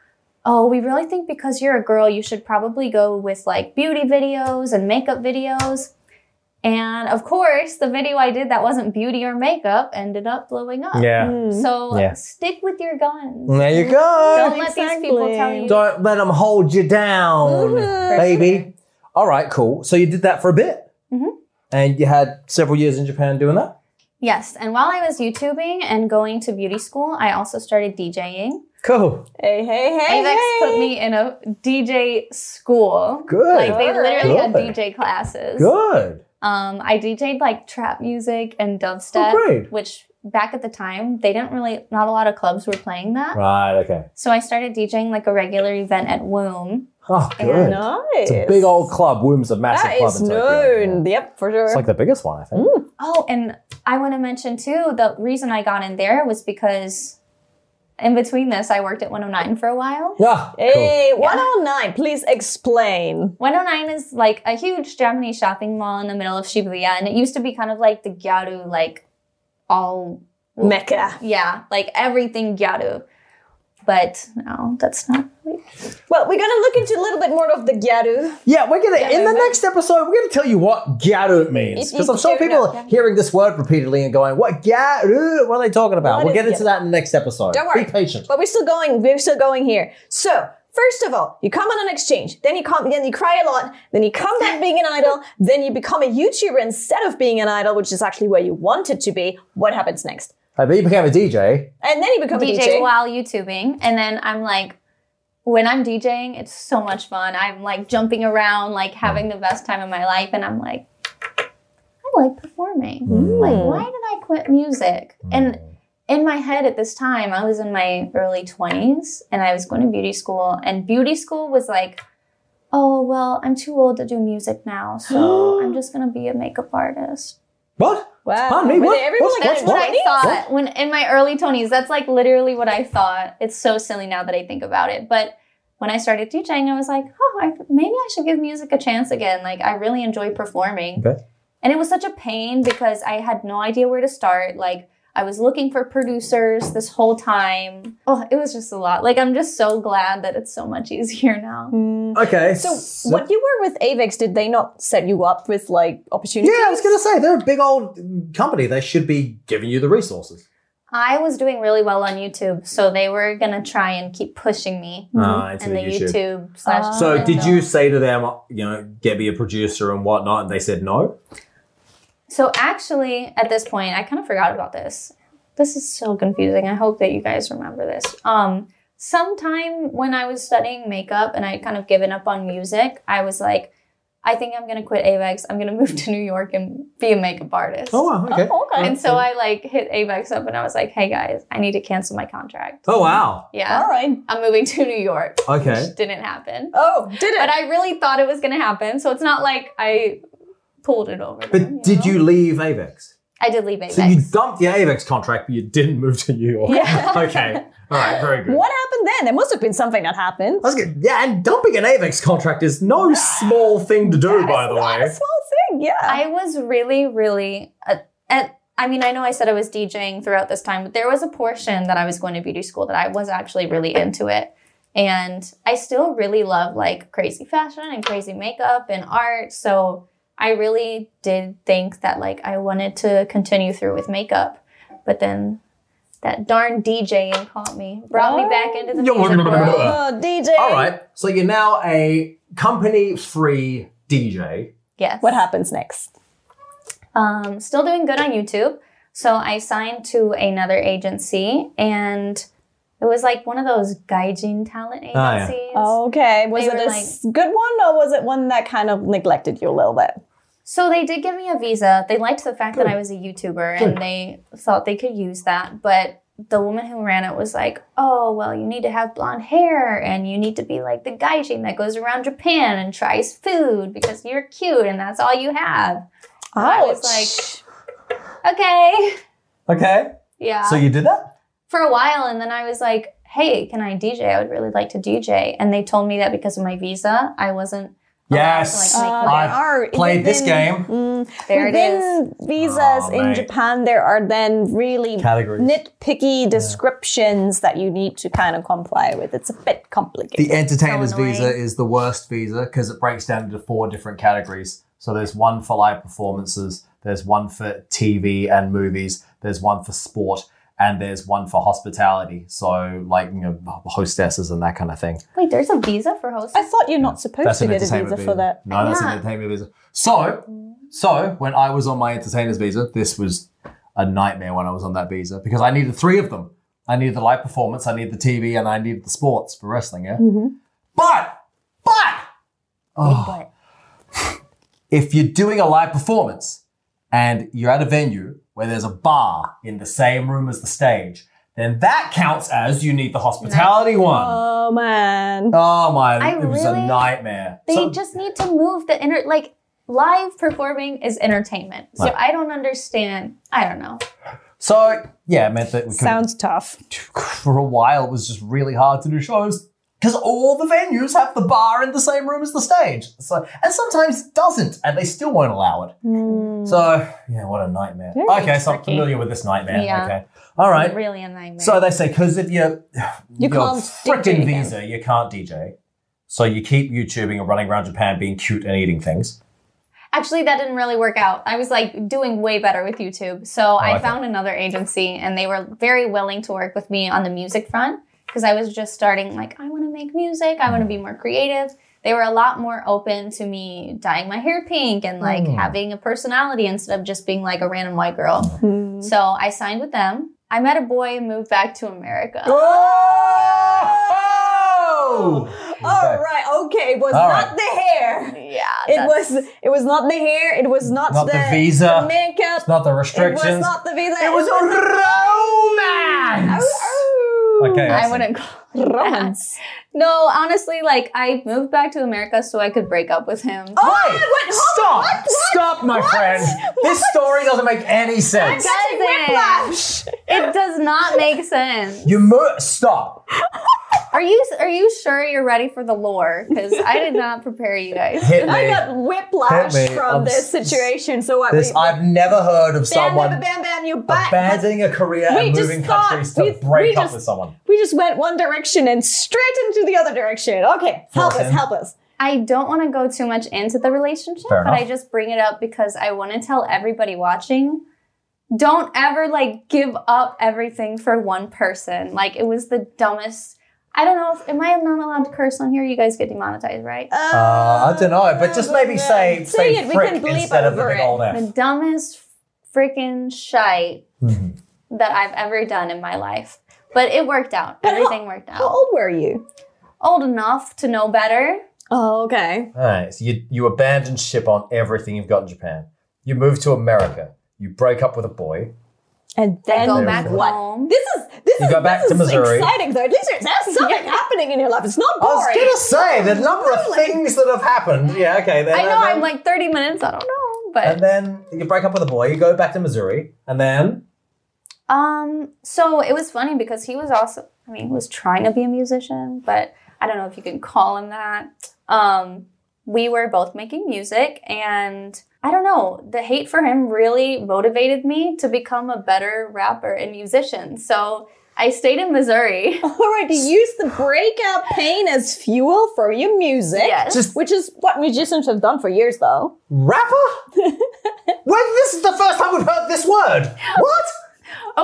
Speaker 3: Oh, we really think because you're a girl, you should probably go with like beauty videos and makeup videos. And of course, the video I did that wasn't beauty or makeup ended up blowing up.
Speaker 2: Yeah.
Speaker 1: Mm.
Speaker 3: So
Speaker 2: Yeah.
Speaker 3: stick with your guns.
Speaker 2: There you go.
Speaker 3: Don't let these people tell
Speaker 1: Exactly.
Speaker 3: you.
Speaker 2: Don't let them hold you down,
Speaker 1: Mhm.
Speaker 2: baby. All right, cool. So you did that for a bit.
Speaker 1: Mm-hmm.
Speaker 3: Mhm.
Speaker 2: And you had several years in Japan doing that?
Speaker 3: Yes. And while I was YouTubing and going to beauty school, I also started DJing.
Speaker 2: Cool.
Speaker 1: Hey, hey, hey.
Speaker 3: Avex
Speaker 1: hey.
Speaker 3: put me in a DJ school.
Speaker 2: Good.
Speaker 3: Like they literally had
Speaker 2: Good.
Speaker 3: DJ classes.
Speaker 2: Good.
Speaker 3: Um, I DJ'd like trap music and dubstep,
Speaker 2: Oh, great.
Speaker 3: which back at the time they didn't really, not a lot of clubs were playing that.
Speaker 2: Right, okay.
Speaker 3: So I started DJing like a regular event at Womb.
Speaker 2: Oh,
Speaker 3: Yeah,
Speaker 2: good.
Speaker 1: Nice.
Speaker 2: It's a big old club. Womb's a massive
Speaker 1: That
Speaker 2: club.
Speaker 1: is
Speaker 2: in Tokyo.
Speaker 1: known. Mm. Yep, for sure.
Speaker 2: It's like the biggest one, I think.
Speaker 3: Oh, and I want to mention too the reason I got in there was because in between this I worked at 109 for a while.
Speaker 2: Yeah. Cool.
Speaker 1: Hey, 109, please explain.
Speaker 3: 109 is like a huge Japanese shopping mall in the middle of Shibuya, and it used to be kind of like the Gyaru, like all
Speaker 1: Mecca.
Speaker 3: yeah, like everything Gyaru. But no, that's not. really-
Speaker 1: Well, we're going to look into a little bit more of the Gyaru.
Speaker 2: Yeah, we're gonna in the
Speaker 3: movement.
Speaker 2: next episode, we're gonna tell you what Gyaru means.
Speaker 1: If you
Speaker 2: Because I'm sure
Speaker 1: do
Speaker 2: people
Speaker 1: not-
Speaker 2: are hearing this word repeatedly and going, What Gyaru? What are they talking about?
Speaker 1: What
Speaker 2: we'll
Speaker 1: is
Speaker 2: get into
Speaker 1: Gyaru?
Speaker 2: that in the next episode.
Speaker 1: Don't worry.
Speaker 2: Be patient.
Speaker 1: But we're still going. We're still going here. So first of all, you come on an exchange. Then you come. Then you cry a lot. Then you come back being an idol. Then you become a YouTuber instead of being an idol, which is actually where you wanted to be. What happens next?
Speaker 2: Uh, but you became a DJ.
Speaker 1: And then you become a
Speaker 3: DJ
Speaker 1: DJ.
Speaker 3: while YouTubing, and then I'm like, when I'm DJing, it's so much fun. I'm like jumping around, like having the best time of my life, and I'm like, I like performing. Like, why did I quit music?
Speaker 2: Hmm.
Speaker 3: And in my head at this time, I was in my early 20s and I was going to beauty school, and beauty school was like, oh, well, I'm too old to do music now, so I'm just going to be a makeup artist.
Speaker 2: What?
Speaker 1: Wow.
Speaker 2: Pardon me?
Speaker 1: Were
Speaker 2: What?
Speaker 1: they everyone
Speaker 2: What's-
Speaker 1: like
Speaker 2: what's-
Speaker 3: That's
Speaker 1: that?
Speaker 3: what
Speaker 2: what?
Speaker 3: I thought when in my early 20s. That's like literally what I thought. It's so silly now that I think about it. But when I started teaching, I was like, oh, I, maybe I should give music a chance again. Like, I really enjoy performing.
Speaker 2: Okay.
Speaker 3: And it was such a pain because I had no idea where to start. Like, I was looking for producers this whole time. Oh, it was just a lot. Like, I'm just so glad that it's so much easier now.
Speaker 1: Hmm.
Speaker 2: Okay.
Speaker 1: So, when you were with Avex, did they not set you up with like opportunities?
Speaker 2: Yeah, I was gonna say they're a big old company. They should be giving you the resources.
Speaker 3: I was doing really well on YouTube, so they were gonna try and keep pushing me
Speaker 2: Uh, into
Speaker 3: in the YouTube,
Speaker 1: Ah.
Speaker 3: slash.
Speaker 2: So
Speaker 1: Yeah.
Speaker 2: did you say to them, you know, get me a producer and whatnot, and they said no?
Speaker 3: So actually, at this point, I kind of forgot about this. This is so confusing. I hope that you guys remember this. Um, sometime when I was studying makeup and I had kind of given up on music, I was like, I think I'm gonna quit Avex. I'm gonna move to New York and be a makeup artist.
Speaker 2: Oh wow, okay.
Speaker 1: Oh, okay.
Speaker 3: And so I like hit Avex up and I was like, hey guys, I need to cancel my contract.
Speaker 2: Oh wow.
Speaker 3: Yeah.
Speaker 1: All right.
Speaker 3: I'm moving to New York.
Speaker 2: Okay.
Speaker 3: Which didn't happen.
Speaker 1: Oh, did it?
Speaker 3: But I really thought it was gonna happen. So it's not like I pulled it over. them,
Speaker 2: But did
Speaker 3: know?
Speaker 2: you leave Avex?
Speaker 3: I did leave Avex.
Speaker 2: So you dumped your Avex contract, but you didn't move to New York.
Speaker 3: Yeah.
Speaker 2: okay. All right. Very good.
Speaker 1: what happened then? There must have been something that happened.
Speaker 2: That's good. Yeah, and dumping an Avex contract is no small thing to do, by
Speaker 1: That's
Speaker 2: the
Speaker 1: not a
Speaker 2: way.
Speaker 1: small thing, yeah.
Speaker 3: I was really, really. Uh, at, I mean, I know I said I was DJing throughout this time, but there was a portion that I was going to beauty school that I was actually really into it. And I still really love like crazy fashion and crazy makeup and art. So I really did think that like I wanted to continue through with makeup. But then that darn DJing caught me, brought me back into the
Speaker 2: You're
Speaker 3: music
Speaker 2: looking-
Speaker 3: world.
Speaker 1: oh, DJ.
Speaker 2: All right. So you're now a company-free DJ.
Speaker 3: Yes.
Speaker 1: What happens next?
Speaker 3: um, still doing good on YouTube. So I signed to another agency, and it was like one of those gaijin talent agencies.
Speaker 2: Ah, yeah.
Speaker 1: Okay, was
Speaker 3: They
Speaker 1: it
Speaker 3: were
Speaker 1: a
Speaker 3: like-
Speaker 1: s- good one or was it one that kind of neglected you a little bit?
Speaker 3: So they did give me a visa. They liked the fact that
Speaker 2: Good.
Speaker 3: I was a YouTuber,
Speaker 2: Good.
Speaker 3: and they thought they could use that. But the woman who ran it was like, "Oh, well, you need to have blonde hair, and you need to be like the gaijin that goes around Japan and tries food because you're cute, and that's all you have." I was
Speaker 1: Ouch.
Speaker 3: Okay.
Speaker 2: Okay.
Speaker 3: Yeah.
Speaker 2: So you did that?
Speaker 3: for a while and then I was like, "Hey, can I DJ? I would really like to DJ." And they told me that because of my visa, Oh, I wasn't allowed to,
Speaker 2: Yes.
Speaker 3: like, make
Speaker 1: Uh,
Speaker 3: my-
Speaker 2: I've
Speaker 1: there are-
Speaker 2: played this game.
Speaker 1: Mm,
Speaker 3: there it is.
Speaker 1: within visas
Speaker 2: Oh,
Speaker 1: in
Speaker 2: mate.
Speaker 1: Japan, there are then really
Speaker 2: Categories.
Speaker 1: nitpicky descriptions that you need to kind of comply with. It's a bit complicated.
Speaker 2: The entertainer's
Speaker 3: So annoying.
Speaker 2: visa is the worst visa because it breaks down into four different categories. So there's one for live performances, there's one for TV and movies, there's one for sport, and there's one for hospitality. So like you know hostesses and that kind of thing.
Speaker 3: Wait, there's a visa for hosts.
Speaker 1: I thought you're not supposed to get a visa, for that.
Speaker 2: No, that's
Speaker 3: Yeah.
Speaker 2: an entertainment visa. So, so when I was on my entertainer's visa, this was a nightmare when I was on that visa because I needed three of them. I needed the live performance, I needed the TV, and I needed the sports for wrestling. Yeah,
Speaker 1: Mm-hmm.
Speaker 2: but but oh,
Speaker 3: But
Speaker 2: if you're doing a live performance and you're at a venue where there's a bar in the same room as the stage, then that counts as you need the hospitality one.
Speaker 1: Oh man.
Speaker 2: Oh my!
Speaker 3: I
Speaker 2: it was a
Speaker 3: really-
Speaker 2: nightmare.
Speaker 3: they
Speaker 2: So-
Speaker 3: just need to move the inner like live performing is entertainment. So
Speaker 2: Right.
Speaker 3: I don't understand. I don't know.
Speaker 2: So yeah, it meant that we couldn't
Speaker 1: Sounds tough.
Speaker 2: for a while it was just really hard to do shows because all the venues have the bar in the same room as the stage. So and sometimes it doesn't, and they still won't allow it. So yeah, what a nightmare.
Speaker 1: Hmm. Very
Speaker 2: okay, so I'm
Speaker 3: tricky.
Speaker 2: familiar with this nightmare.
Speaker 3: Yeah.
Speaker 2: Okay, all right.
Speaker 3: Really a nightmare.
Speaker 2: So they say because of your
Speaker 1: You
Speaker 2: your
Speaker 1: can't
Speaker 2: frickin'
Speaker 1: DJ then.
Speaker 2: visa, you can't DJ. So you keep YouTubing and running around Japan, being cute and eating things.
Speaker 3: Actually, that didn't really work out. I was like doing way better with YouTube. So I
Speaker 2: okay.
Speaker 3: found another agency and they were very willing to work with me on the music front because I was just starting, like, I want to make music, I want to be more creative. They were a lot more open to me dyeing my hair pink and like
Speaker 2: Mm.
Speaker 3: having a personality instead of just being like a random white girl.
Speaker 1: Hmm.
Speaker 3: So I signed with them. I met a boy and moved back to America.
Speaker 2: Oh!
Speaker 1: All right. Okay. It was
Speaker 2: All
Speaker 1: not the hair.
Speaker 3: Yeah.
Speaker 1: It
Speaker 3: that's-
Speaker 1: was. It was not the hair. It was not,
Speaker 2: Not the
Speaker 1: the,
Speaker 2: visa.
Speaker 1: the makeup.
Speaker 2: Not the
Speaker 1: it
Speaker 2: restrictions.
Speaker 1: was not the visa.
Speaker 2: It was a romance.
Speaker 1: Oh, oh.
Speaker 2: Okay.
Speaker 3: I
Speaker 2: Awesome.
Speaker 3: wouldn't call it that.
Speaker 1: Romance.
Speaker 3: No, honestly, like I moved back to America so I could break up with him.
Speaker 2: Wait,
Speaker 1: what-
Speaker 2: stop!
Speaker 1: what- what-
Speaker 2: Stop, my friend. This story doesn't make any sense.
Speaker 3: God.
Speaker 1: Catching
Speaker 3: Doesn't.
Speaker 1: whiplash.
Speaker 3: It does not make sense.
Speaker 2: You mo- stop.
Speaker 3: Are you are you sure you're ready for the lore? Because I did not prepare you guys.
Speaker 2: Hit me.
Speaker 1: I got whiplash
Speaker 2: Hit me.
Speaker 1: from
Speaker 2: I'm
Speaker 1: this
Speaker 2: s-
Speaker 1: situation. So what?
Speaker 2: this
Speaker 1: we-
Speaker 2: I've never heard of
Speaker 1: bam, bam,
Speaker 2: someone
Speaker 1: bam, bam, you're back.
Speaker 2: abandoning a career
Speaker 1: We
Speaker 2: and
Speaker 1: just
Speaker 2: moving
Speaker 1: thought-
Speaker 2: countries to
Speaker 1: we-
Speaker 2: break
Speaker 1: we
Speaker 2: up
Speaker 1: just-
Speaker 2: with someone.
Speaker 1: we just went one direction and straight into the other direction. Okay, help
Speaker 2: Fortin.
Speaker 1: us, help us.
Speaker 3: I don't want to go too much into the relationship,
Speaker 2: Fair
Speaker 3: but I
Speaker 2: enough.
Speaker 3: just bring it up because I want to tell everybody watching don't ever like give up everything for one person. Like it was the dumbest. I don't know if am I not allowed to curse on here? You guys get demonetized, right?
Speaker 1: Um,
Speaker 2: Uh, I don't know, but just maybe say say,
Speaker 1: it. We can
Speaker 2: frick
Speaker 1: bleep
Speaker 2: instead of the
Speaker 1: over
Speaker 2: big
Speaker 1: it.
Speaker 2: old F.
Speaker 3: The dumbest freaking shite
Speaker 2: Mhm.
Speaker 3: that I've ever done in my life. But it worked out.
Speaker 1: But how-
Speaker 3: Everything worked
Speaker 1: How
Speaker 3: out.
Speaker 1: old were you?
Speaker 3: Old enough to know better.
Speaker 1: Oh, okay.
Speaker 2: All right, so you you abandon ship on everything you've got in Japan. You move to America. You break up with a boy.
Speaker 1: And
Speaker 3: I
Speaker 1: then
Speaker 3: go
Speaker 2: There
Speaker 3: back
Speaker 2: we go.
Speaker 1: what?
Speaker 3: home.
Speaker 1: This is this
Speaker 2: You
Speaker 1: is
Speaker 2: go back
Speaker 1: this
Speaker 2: to
Speaker 1: is
Speaker 2: Missouri.
Speaker 1: exciting though. At least there's there's something happening in your life. It's not
Speaker 2: I was
Speaker 1: boring.
Speaker 2: gonna say the number of
Speaker 1: Really?
Speaker 2: things that have happened. Yeah, okay. Then,
Speaker 3: I know
Speaker 2: and then-
Speaker 3: I'm like 30 minutes, I don't know, but
Speaker 2: And then you break up with a boy. You go back to Missouri, and then
Speaker 3: Um, so it was funny because he was also, I mean, he was trying to be a musician, but I don't know if you can call him that. Um, we were both making music, and I don't know, the hate for him really motivated me to become a better rapper and musician. So I stayed in Missouri.
Speaker 1: All right, you use the breakout pain as fuel for your music,
Speaker 3: Yes.
Speaker 2: Just-
Speaker 1: which is what musicians have done for years, though.
Speaker 2: rapper. well, this is the first time we've heard this word. What?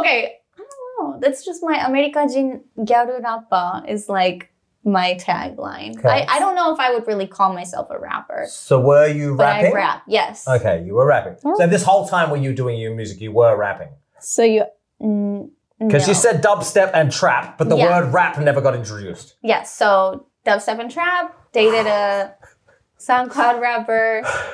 Speaker 3: Okay, I don't know. That's just my America Jin Gyaru Rappa is like my tagline.
Speaker 2: Okay.
Speaker 3: I, I don't know if I would really call myself a rapper,
Speaker 2: So were you
Speaker 3: but
Speaker 2: rapping?
Speaker 3: I rap, Oh. yes.
Speaker 2: Okay, you were rapping. So this whole time when you were doing your music, you were rapping.
Speaker 1: So you
Speaker 3: Mm,
Speaker 2: Because
Speaker 3: no.
Speaker 2: you said dubstep and trap, but the
Speaker 3: Yeah.
Speaker 2: word rap never got introduced.
Speaker 3: Yes, so dubstep and trap dated a SoundCloud rapper.
Speaker 2: I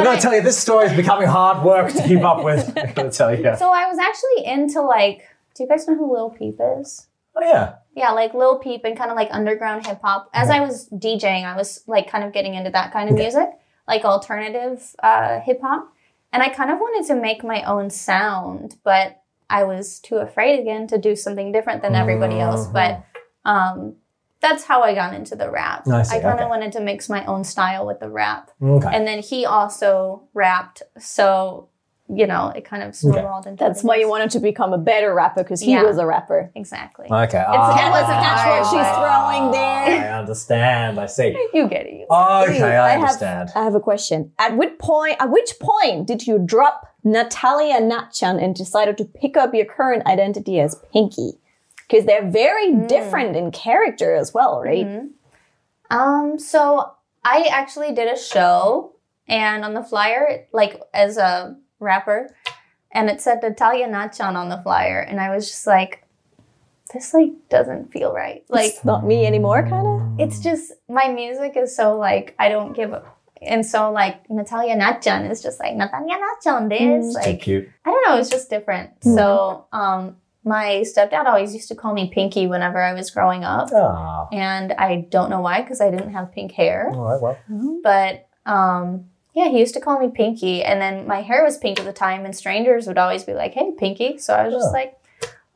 Speaker 3: But
Speaker 2: gotta
Speaker 3: I-
Speaker 2: tell you, this story is becoming hard work to keep up with. I gotta tell you.
Speaker 3: So I was actually into like, do you guys know who Lil Peep is?
Speaker 2: Oh yeah.
Speaker 3: Yeah, like Lil Peep and kind of like underground hip hop. As I was DJing, I was like kind of getting into that kind of music, like alternative uh, hip hop. And I kind of wanted to make my own sound, but I was too afraid again to do something different than everybody
Speaker 2: Mm-hmm.
Speaker 3: else. But um, that's how I got into the rap.
Speaker 2: I see,
Speaker 3: I kind of
Speaker 2: okay.
Speaker 3: wanted to mix my own style with the rap.
Speaker 2: Okay.
Speaker 3: and then he also rapped so you know it kind of snowballed into
Speaker 1: that's why you
Speaker 3: this.
Speaker 1: wanted to become a better rapper because he
Speaker 3: Yeah.
Speaker 1: was a rapper.
Speaker 3: exactly
Speaker 2: okay. ah.
Speaker 3: that was a catchword she's
Speaker 1: throwing there.
Speaker 2: I understand. I see.
Speaker 3: you get it you.
Speaker 2: Okay, I,
Speaker 1: I have-
Speaker 2: understand.
Speaker 1: I have a question. At which point at which point did you drop Natalia Natchan and decided to pick up your current identity as Pinky? Because they're very
Speaker 3: Hmm.
Speaker 1: different in character as well,
Speaker 3: Mm-hmm.
Speaker 1: right?
Speaker 3: um so i actually did a show and on the flyer like as a rapper and it said natalia nachan on the flyer and i was just like this like doesn't feel right like
Speaker 1: It's not me anymore, kind of.
Speaker 3: it's just my music is so like I don't give a and so like Natalia Natchan is just like Natalia Natchan this
Speaker 2: Too
Speaker 3: like
Speaker 2: cute.
Speaker 3: I don't know, it's just different. So um my stepdad always used to call me Pinky whenever I was growing up.
Speaker 2: Ah.
Speaker 3: And I don't know why because I didn't have pink hair.
Speaker 2: All right. Well.
Speaker 3: Oh. But um yeah, he used to call me Pinky and then my hair was pink at the time and strangers would always be like, "Hey, Pinky." So I was just
Speaker 2: Oh.
Speaker 3: like,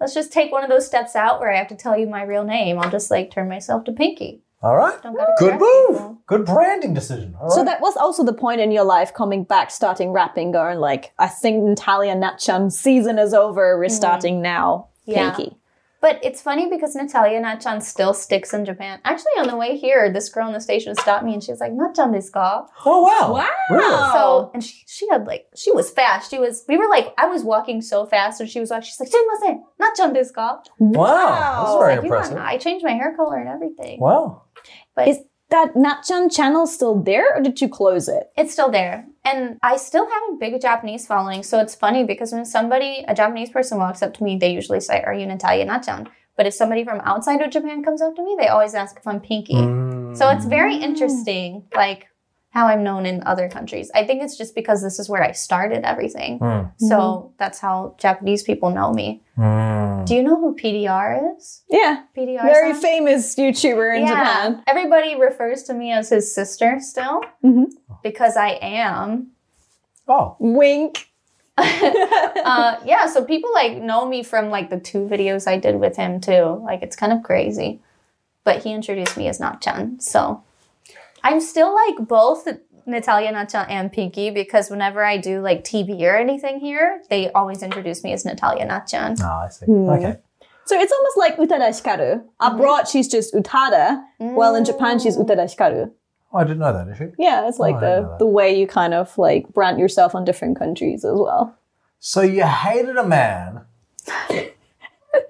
Speaker 3: let's just take one of those steps out where I have to tell you my real name. I'll just like turn myself to Pinky.
Speaker 2: All right.
Speaker 3: Don't gotta
Speaker 2: Good
Speaker 3: correct
Speaker 2: move.
Speaker 3: people.
Speaker 2: Good branding decision. All right.
Speaker 1: So that was also the point in your life coming back, starting rapping, going like, I think Natalia Natchan season is over, we're starting now.
Speaker 3: Yeah.
Speaker 1: Pinky.
Speaker 3: But it's funny because Natalia Nachan still sticks in Japan. Actually, on the way here, this girl in the station stopped me and she was like, Nachan desu ka?
Speaker 2: oh wow.
Speaker 1: Wow.
Speaker 2: Really?
Speaker 3: So, and she, she had like, she was fast. She was, we were like, I was walking so fast and she was like, she's like, sumimasen, Nachan desu ka?
Speaker 2: Wow. That's
Speaker 1: Wow.
Speaker 2: very
Speaker 3: Like, you
Speaker 2: impressive.
Speaker 3: know, I changed my hair color and everything.
Speaker 2: Wow.
Speaker 3: But
Speaker 1: Is that Natchan channel still there or did you close it?
Speaker 3: It's still there. And I still have a big Japanese following. So it's funny because when somebody, a Japanese person walks up to me, they usually say, Are you Natalia Nachan? But if somebody from outside of Japan comes up to me, they always ask if I'm Pinky.
Speaker 2: Mm.
Speaker 3: So it's very interesting, like how I'm known in other countries. I think it's just because this is where I started everything.
Speaker 2: Mm.
Speaker 3: So that's how Japanese people know me.
Speaker 2: Mm.
Speaker 3: Do you know who PDR is?
Speaker 1: Yeah.
Speaker 3: PDR
Speaker 1: Very
Speaker 3: sound?
Speaker 1: famous YouTuber in Japan.
Speaker 3: Everybody refers to me as his sister still
Speaker 1: Mhm.
Speaker 3: because I am.
Speaker 2: Oh.
Speaker 1: Wink.
Speaker 3: uh, yeah, so people like know me from like the two videos I did with him too. Like it's kind of crazy. but he introduced me as Natchan. So I'm still like both Natalia Natchan and Pinky because whenever I do like TV or anything here, they always introduce me as Natalia Natchan.
Speaker 2: Ah, I see.
Speaker 1: Hmm.
Speaker 2: Okay.
Speaker 1: So it's almost like Utada Hikaru. Abroad, she's just Utada. While in Japan, she's Utada Hikaru.
Speaker 2: Oh, I didn't know that actually.
Speaker 1: Yeah, it's like
Speaker 2: Oh, I didn't know
Speaker 1: the,
Speaker 2: that.
Speaker 1: the way you kind of like brand yourself on different countries as well.
Speaker 2: So you hated a man.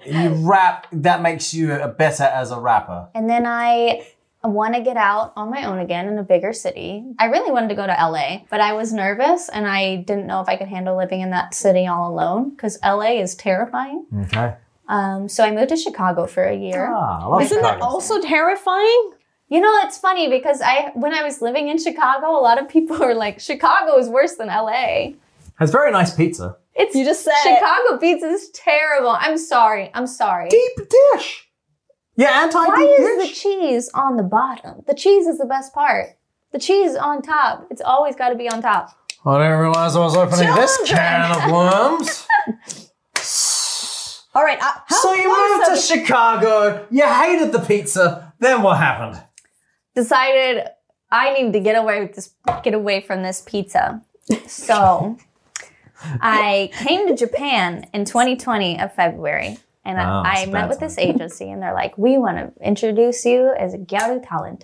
Speaker 2: you rap. That makes you a better as a rapper.
Speaker 3: And then I want to get out on my own again in a bigger city. I really wanted to go to LA, but I was nervous and I didn't know if I could handle living in that city all alone because LA is terrifying.
Speaker 2: Okay.
Speaker 3: Um, so I moved to Chicago for a year.
Speaker 2: Ah, I love
Speaker 1: Isn't that
Speaker 2: Chicago.
Speaker 1: also terrifying?
Speaker 3: You know, it's funny because I when I was living in Chicago, a lot of people were like, Chicago is worse than LA.
Speaker 2: Has very nice pizza.
Speaker 3: It's
Speaker 1: You just said it.
Speaker 3: Chicago pizza is terrible. I'm sorry. I'm sorry.
Speaker 2: Deep dish. Yeah, anti
Speaker 3: Why
Speaker 2: deep
Speaker 3: is the
Speaker 2: dish.
Speaker 3: cheese on the bottom? The cheese is the best part. The cheese on top. It's always got to be on top.
Speaker 2: I didn't realize I was opening this
Speaker 1: Children.
Speaker 2: can of worms.
Speaker 1: All right. Uh, how
Speaker 2: so you
Speaker 1: close
Speaker 2: moved
Speaker 1: are
Speaker 2: to
Speaker 1: we-
Speaker 2: Chicago. You hated the pizza. Then what happened?
Speaker 3: Decided I need to get away with this. Get away from this pizza. So I came to Japan in 2020 of February. And I-
Speaker 2: Wow,
Speaker 3: I,
Speaker 2: that's a
Speaker 3: met
Speaker 2: bad
Speaker 3: with this agency, and they're like, "We want to introduce you as a Gyaru talent.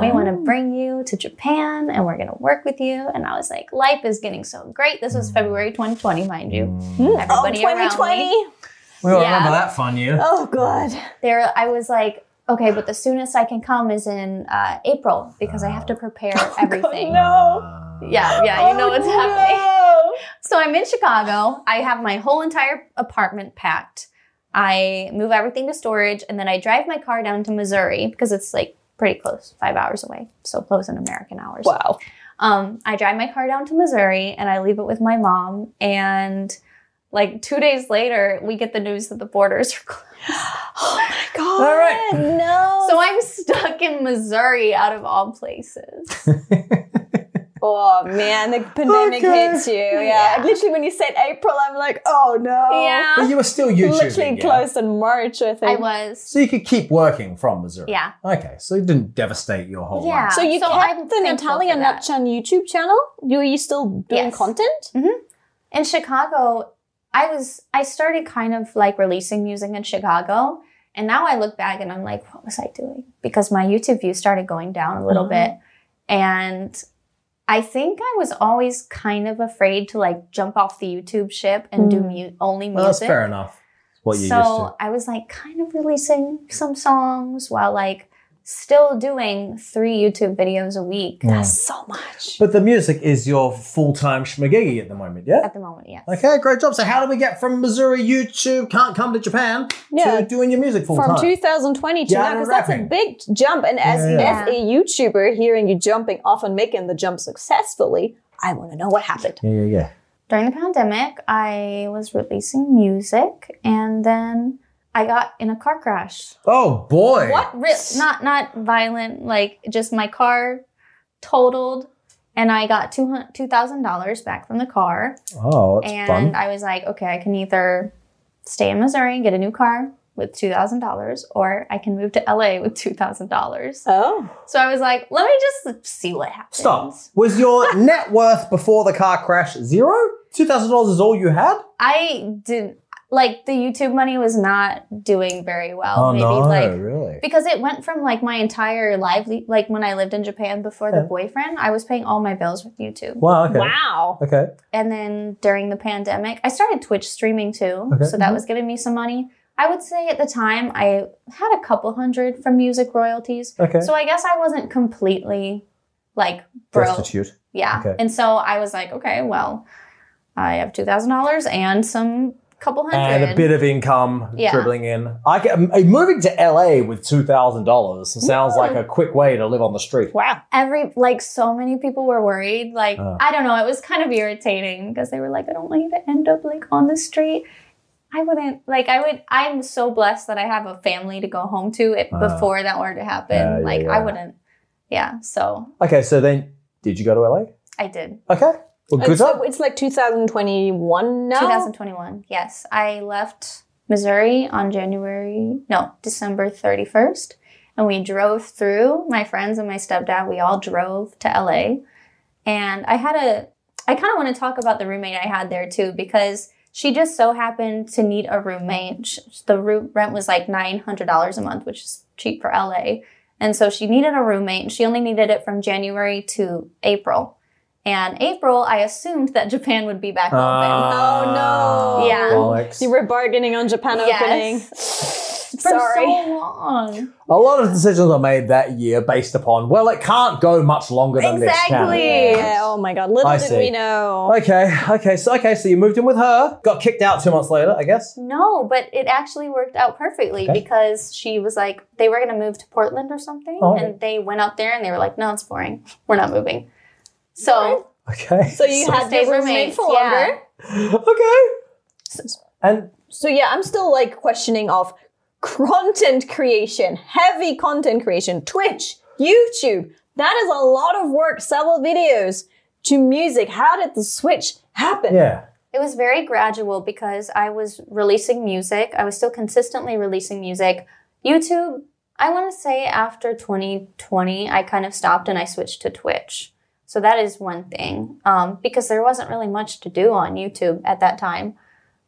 Speaker 3: we want to
Speaker 2: Oh.
Speaker 3: bring you to Japan and we're going to work with you. And I was like, life is getting so great. This was February 2020, mind you.
Speaker 2: Mm.
Speaker 1: Oh,
Speaker 3: Everybody around
Speaker 1: 2020.
Speaker 3: me.
Speaker 2: we all
Speaker 3: yeah.
Speaker 2: remember that fun year.
Speaker 1: Oh, God.
Speaker 3: There, I was like, okay, but the soonest I can come is in uh, April because I have to prepare everything.
Speaker 1: No.
Speaker 3: Yeah, yeah, you know
Speaker 1: Oh,
Speaker 3: what's
Speaker 1: no.
Speaker 3: happening. So I'm in Chicago. I have my whole entire apartment packed. I move everything to storage and then I drive my car down to Missouri because it's like pretty close, five hours away. So close in American hours.
Speaker 1: Wow.
Speaker 3: Um, I drive my car down to Missouri and I leave it with my mom. And like two days later, we get the news that the borders are closed.
Speaker 1: Oh, my God.
Speaker 2: All right.
Speaker 1: No.
Speaker 3: So I'm stuck in Missouri out of all places.
Speaker 1: Oh man, the pandemic
Speaker 2: Okay.
Speaker 1: hits you. Yeah.
Speaker 3: Yeah.
Speaker 1: Literally when you said April, I'm like, oh no.
Speaker 2: But
Speaker 3: Yeah.
Speaker 2: you were still YouTubing.
Speaker 1: Literally
Speaker 2: yeah?
Speaker 1: closed in March, I
Speaker 3: I
Speaker 1: think.
Speaker 3: was.
Speaker 2: So you could keep working from Missouri.
Speaker 3: Yeah.
Speaker 2: Okay, so it didn't devastate your whole
Speaker 3: Yeah.
Speaker 1: so you
Speaker 3: So
Speaker 1: kept
Speaker 3: I'm
Speaker 1: the
Speaker 3: thankful
Speaker 1: Natalia
Speaker 3: for that.
Speaker 1: Natchan YouTube channel? You are you still doing
Speaker 3: Yes.
Speaker 1: content?
Speaker 3: In Chicago, I was I started kind of like releasing music in Chicago. And now I look back and I'm like, what was I doing? Because my YouTube views started going down a little
Speaker 1: Oh.
Speaker 3: bit.
Speaker 2: Mm-hmm.
Speaker 3: And I think I was always kind of afraid to like jump off the YouTube ship and do
Speaker 1: Mm.
Speaker 3: mu- only music.
Speaker 2: Well, that's fair enough. What you
Speaker 3: so
Speaker 2: used
Speaker 3: I was like kind of releasing some songs while like still doing three YouTube videos a week
Speaker 2: Yeah.
Speaker 1: That's so much.
Speaker 2: to. But the music is your full time schmagiggy at the moment, yeah?
Speaker 3: at the moment. Yes.
Speaker 2: Okay, great job. So how do we get from Missouri YouTube can't come to Japan
Speaker 1: Yeah.
Speaker 2: to doing your music full
Speaker 1: From
Speaker 2: time?
Speaker 1: 2020 to
Speaker 2: Yeah,
Speaker 1: now, because that's a
Speaker 2: rapping.
Speaker 1: big jump. And as,
Speaker 2: Yeah,
Speaker 3: yeah.
Speaker 1: as a YouTuber, hearing you jumping off and making the jump successfully, I want to know what happened.
Speaker 2: yeah, yeah, yeah.
Speaker 3: During the pandemic, I was releasing music, and then I got in a car crash.
Speaker 2: Oh boy.
Speaker 3: What? Re- not not violent. Like just my car totaled. And I got two thousand dollars back from the car,
Speaker 2: Oh, that's
Speaker 3: and
Speaker 2: fun.
Speaker 3: I was like, okay, I can either stay in Missouri and get a new car with two thousand dollars, or I can move to LA with two thousand dollars.
Speaker 2: Uh,
Speaker 1: Oh.
Speaker 3: So I was like, let me just see what happens.
Speaker 2: Stop. Was your net worth before the car crash zero? Two thousand dollars is all you had?
Speaker 3: I did like the YouTube money was not doing very
Speaker 2: Oh,
Speaker 3: well. Oh, maybe like
Speaker 2: really.
Speaker 3: because it went from like my entire lively like when I lived in Japan before
Speaker 2: Yeah.
Speaker 3: the boyfriend, I was paying all my bills with YouTube.
Speaker 2: Wow, okay.
Speaker 1: Wow.
Speaker 2: Okay.
Speaker 3: And then during the pandemic, I started Twitch streaming too.
Speaker 2: Okay. mhm.
Speaker 3: So that was giving me some money. I would say at the time I had a couple hundred from music royalties.
Speaker 2: Okay.
Speaker 3: So I guess I wasn't completely like broke.
Speaker 2: Prostitute.
Speaker 3: Yeah.
Speaker 2: Okay.
Speaker 3: And so I was like, okay, well, I have two thousand dollars and some couple hundred.
Speaker 2: and a bit of income
Speaker 3: Yeah.
Speaker 2: dribbling in. I get, m- moving to LA with two thousand dollars sounds like a quick way to live on the street.
Speaker 1: Wow.
Speaker 3: Every like so many people were worried. Like
Speaker 2: Oh.
Speaker 3: I don't know, it was kind of irritating because they were like, I don't want you to end up like on the street. I wouldn't like I would I'm so blessed that I have a family to go home to if,
Speaker 2: Oh.
Speaker 3: before that were to happen.
Speaker 2: Yeah, yeah,
Speaker 3: like I
Speaker 2: yeah.
Speaker 3: wouldn't yeah, so
Speaker 2: Okay, so then did you go to LA?
Speaker 3: I did.
Speaker 2: Okay, well, good
Speaker 1: It's,
Speaker 2: job.
Speaker 1: it's like 2021 now.
Speaker 3: 2021. Yes, I left Missouri on January, no, December 31st. and we drove through. My friends and my stepdad, we all drove to LA. And I had a, I kind of want to talk about the roommate I had there too, because she just so happened to need a roommate. Sh- The room rent was like $900 a month, which is cheap for LA. And so she needed a roommate and she only needed it from January to April. And April, I assumed that Japan would be back open.
Speaker 2: Ah.
Speaker 1: Oh, no.
Speaker 3: Yeah.
Speaker 2: Bollocks.
Speaker 1: You were bargaining on Japan opening.
Speaker 3: Yes. For
Speaker 1: Sorry.
Speaker 3: so long.
Speaker 2: A lot of decisions are made that year based upon, well, it can't go much longer than
Speaker 3: Exactly.
Speaker 1: Yeah. Oh my god. Little
Speaker 2: I
Speaker 1: did
Speaker 2: see.
Speaker 1: we know.
Speaker 2: this can. Okay, okay, so okay, so you moved in with her, got kicked out two months later, I guess.
Speaker 3: No, but it actually worked out perfectly
Speaker 2: Okay.
Speaker 3: because she was like, they were going to move to Portland or something.
Speaker 2: Oh.
Speaker 3: And they went up there and they were like, no, it's boring. We're not moving. So,
Speaker 2: Okay.
Speaker 1: Oh, So you
Speaker 3: So
Speaker 1: had
Speaker 3: stay
Speaker 1: your roommate
Speaker 3: roommates,
Speaker 1: for
Speaker 3: yeah.
Speaker 1: longer.
Speaker 2: okay. And
Speaker 1: So yeah, I'm still like questioning of content creation, heavy content creation, Twitch, YouTube. That is a lot of work, several videos to music. How did the switch happen?
Speaker 2: yeah.
Speaker 3: It was very gradual because I was releasing music. I was still consistently releasing music. YouTube, I want to say after 2020, I kind of stopped and I switched to Twitch. So that is one thing um, because there wasn't really much to do on YouTube at that time.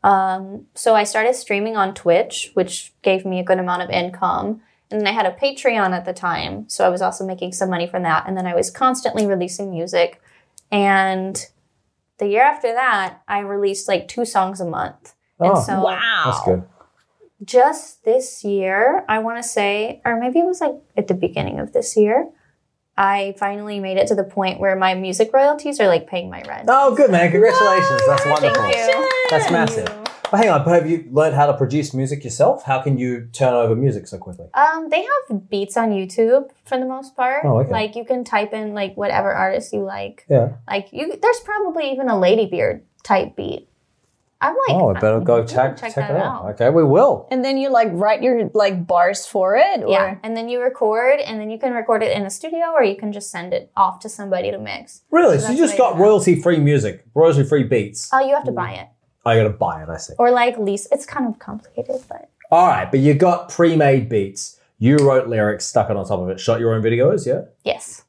Speaker 3: Um, so I started streaming on Twitch, which gave me a good amount of income. And then I had a Patreon at the time. So I was also making some money from that. And then I was constantly releasing music. And the year after that, I released like two songs a month.
Speaker 2: Oh,
Speaker 3: and so
Speaker 1: Wow.
Speaker 2: that's good.
Speaker 3: just this year, I want to say, or maybe it was like at the beginning of this year, I finally made it to the point where my music royalties are like paying my rent.
Speaker 2: Oh, good man. Congratulations. that's wonderful.
Speaker 3: you.
Speaker 2: That's massive. But hang on, but have you learned how to produce music yourself? How can you turn over music so quickly?
Speaker 3: Um, they have beats on YouTube for the most part.
Speaker 2: Oh, okay.
Speaker 3: Like you can type in like whatever artist you like.
Speaker 2: Yeah.
Speaker 3: Like you, there's probably even a Ladybeard type beat. I'm like, uh,
Speaker 2: oh, I better go check,
Speaker 3: check
Speaker 2: check, it
Speaker 3: that
Speaker 2: out.
Speaker 3: out.
Speaker 2: Okay, we will.
Speaker 1: And then you like write your like bars for it or
Speaker 3: yeah. And then you record, and then you can record it in a studio, or you can just send it off to somebody to mix.
Speaker 2: Really?
Speaker 3: So
Speaker 2: So you
Speaker 3: that's
Speaker 2: just
Speaker 3: what I
Speaker 2: got
Speaker 3: do.
Speaker 2: royalty free music, royalty free beats.
Speaker 3: Oh, you have to buy it,
Speaker 2: I gotta buy it, I see.
Speaker 3: or like lease. It's kind of complicated, but
Speaker 2: All right, but you got pre-made beats. You wrote lyrics, stuck it on top of it, shot your own videos, yeah.
Speaker 3: yes.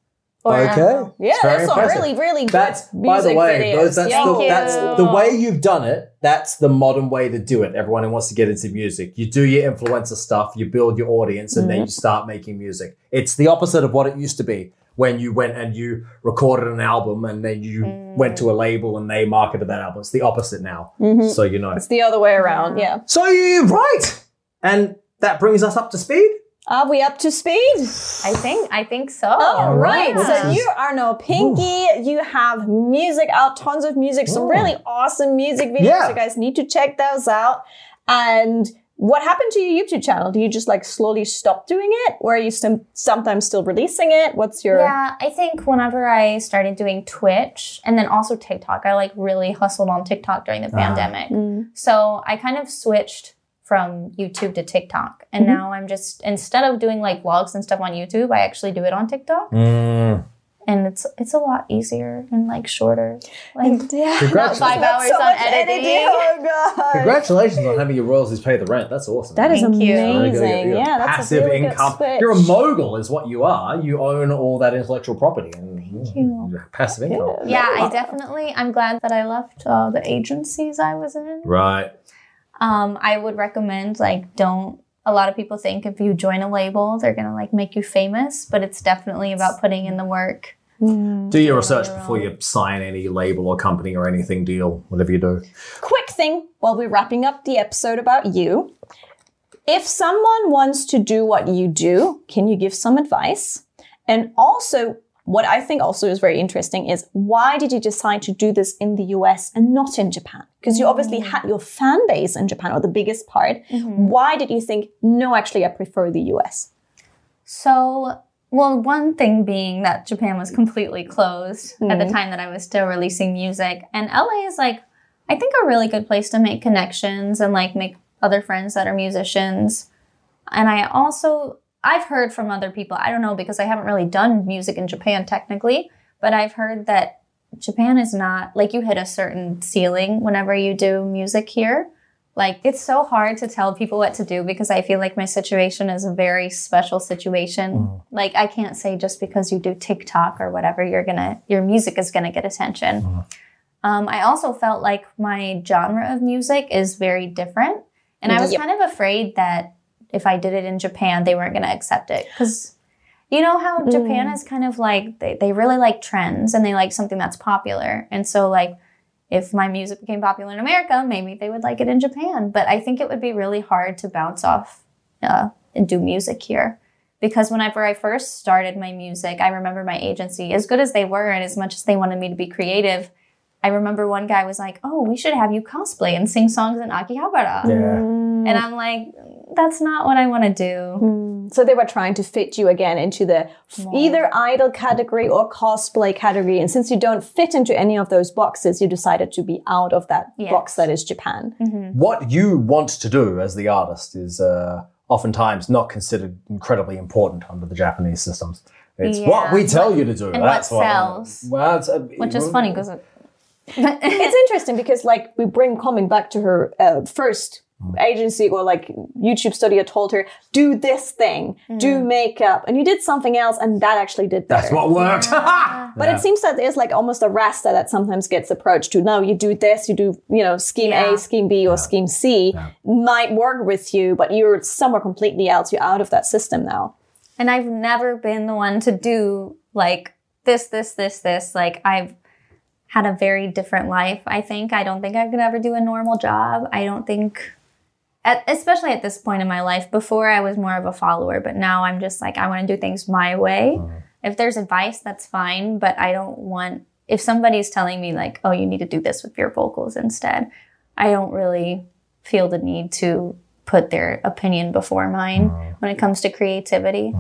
Speaker 3: Or, um,
Speaker 1: Yeah,
Speaker 2: It's very
Speaker 1: there's some
Speaker 2: impressive.
Speaker 1: really, really good
Speaker 2: That's by
Speaker 1: music
Speaker 2: the way,
Speaker 1: videos.
Speaker 2: those, that's,
Speaker 1: yeah.
Speaker 2: the,
Speaker 3: Thank you.
Speaker 2: that's the way you've done it. That's the modern way to do it. Everyone who wants to get into music, you do your influencer stuff, you build your audience, and then you start making music. It's the opposite of what it used to be when you went and you recorded an album, and then you went to a label and they marketed that album. It's the opposite now,
Speaker 1: Mhm.
Speaker 2: so you know.
Speaker 1: It's the other way around, yeah.
Speaker 2: So you're right, and that brings us up to speed.
Speaker 1: Are we up to speed?
Speaker 3: I think I think so. Um,
Speaker 1: All right.
Speaker 2: right.
Speaker 1: So you are now Pinky. You have music out, tons of music, some
Speaker 2: Ooh.
Speaker 1: really awesome music videos.
Speaker 2: Yeah.
Speaker 1: You guys need to check those out. And what happened to your YouTube channel? Do you just like slowly stop doing it, or are you some sometimes still releasing it? What's your
Speaker 3: Yeah, I think whenever I started doing Twitch and then also TikTok, I like really hustled on TikTok during the pandemic.
Speaker 1: Mm.
Speaker 3: So I kind of switched from YouTube to TikTok. And
Speaker 1: Mhm.
Speaker 3: now I'm just instead of doing like vlogs and stuff on YouTube, I actually do it on TikTok.
Speaker 1: Mm.
Speaker 3: And it's it's a lot easier and like shorter. Like
Speaker 1: yeah.
Speaker 2: Congratulations.
Speaker 3: Not five
Speaker 1: That's
Speaker 3: hours
Speaker 1: so
Speaker 3: on
Speaker 1: much
Speaker 3: editing.
Speaker 1: Oh god.
Speaker 2: Congratulations on having your royalties pay the rent. That's awesome.
Speaker 1: That is
Speaker 3: Thank you.
Speaker 2: Very
Speaker 1: amazing.
Speaker 2: good. You're- you're
Speaker 1: yeah, that's
Speaker 2: passive
Speaker 1: a really good
Speaker 2: income.
Speaker 1: switch.
Speaker 2: You're a mogul, is what you are. You own all that intellectual property and Thank
Speaker 3: you.
Speaker 2: passive income.
Speaker 3: yeah, I definitely I'm glad that I left uh, the agencies I was in.
Speaker 2: Right.
Speaker 3: um, I would recommend like don't. A lot of people think if you join a label, they're gonna like make you famous, but it's definitely about putting in the work.
Speaker 1: Mm.
Speaker 2: Do your research before you sign any label or company or anything deal, whatever you do.
Speaker 1: quick thing while we're wrapping up the episode about you. If someone wants to do what you do, can you give some advice? And also, what I think also is very interesting is why did you decide to do this in the US and not in Japan? Because you obviously had your fan base in Japan or the biggest part. Why did you think, no, actually, I prefer the US?
Speaker 3: So, well, one thing being that Japan was completely closed at the time that I was still releasing music, and LA is like, I think, a really good place to make connections and like make other friends that are musicians. And I also I've heard from other people. I don't know because I haven't really done music in Japan technically, but I've heard that Japan is not like you hit a certain ceiling whenever you do music here. Like it's so hard to tell people what to do because I feel like my situation is a very special situation. Like I can't say just because you do TikTok or whatever you're going to your music is going to get attention. Um, I also felt like my genre of music is very different and I was
Speaker 1: Yep.
Speaker 3: kind of afraid that if I did it in Japan they weren't going to accept it cuz you know how Japan is kind of like they, they really like trends and they like something that's popular. And so like if my music became popular in America, maybe they would like it in Japan. But I think it would be really hard to bounce off uh, and do music here. Because whenever I first started my music, I remember my agency, as good as they were and as much as they wanted me to be creative, I remember one guy was like, Oh, we should have you cosplay and sing songs in Akihabara.
Speaker 2: Yeah.
Speaker 3: And I'm like, That's not what I want to do.
Speaker 1: So they were trying to fit you again into the f- either idol category or cosplay category. And since you don't fit into any of those boxes, you decided to be out of that
Speaker 3: Yes.
Speaker 1: box that is Japan.
Speaker 2: Mm. What you want to do as the artist is uh, oftentimes not considered incredibly important under the Japanese systems. It's what
Speaker 3: Yeah.
Speaker 2: we tell you to do.
Speaker 3: And what
Speaker 2: That's
Speaker 3: sells.
Speaker 2: Well, it's, uh,
Speaker 3: Which is funny because
Speaker 1: it's interesting because like we bring Common back to her uh, first agency or like YouTube studio told her do this thing, do makeup, and you did something else, and that actually did better.
Speaker 2: That's what worked.
Speaker 1: But it seems that there's like almost a raster that sometimes gets approached to. No, you do this, you do, you know, scheme
Speaker 3: Yeah.
Speaker 1: A, scheme B, or scheme C might work with you, but you're somewhere completely else. You're out of that system now.
Speaker 3: and I've never been the one to do like this, this, this, this. Like I've had a very different life. I think I don't think I could ever do a normal job. I don't think, at, especially at this point in my life. Before I was more of a follower, but now I'm just like I want to do things my way. If there's advice, that's fine, but I don't want. If somebody's telling me like, oh, you need to do this with your vocals instead, I don't really feel the need to put their opinion before mine when it comes to creativity.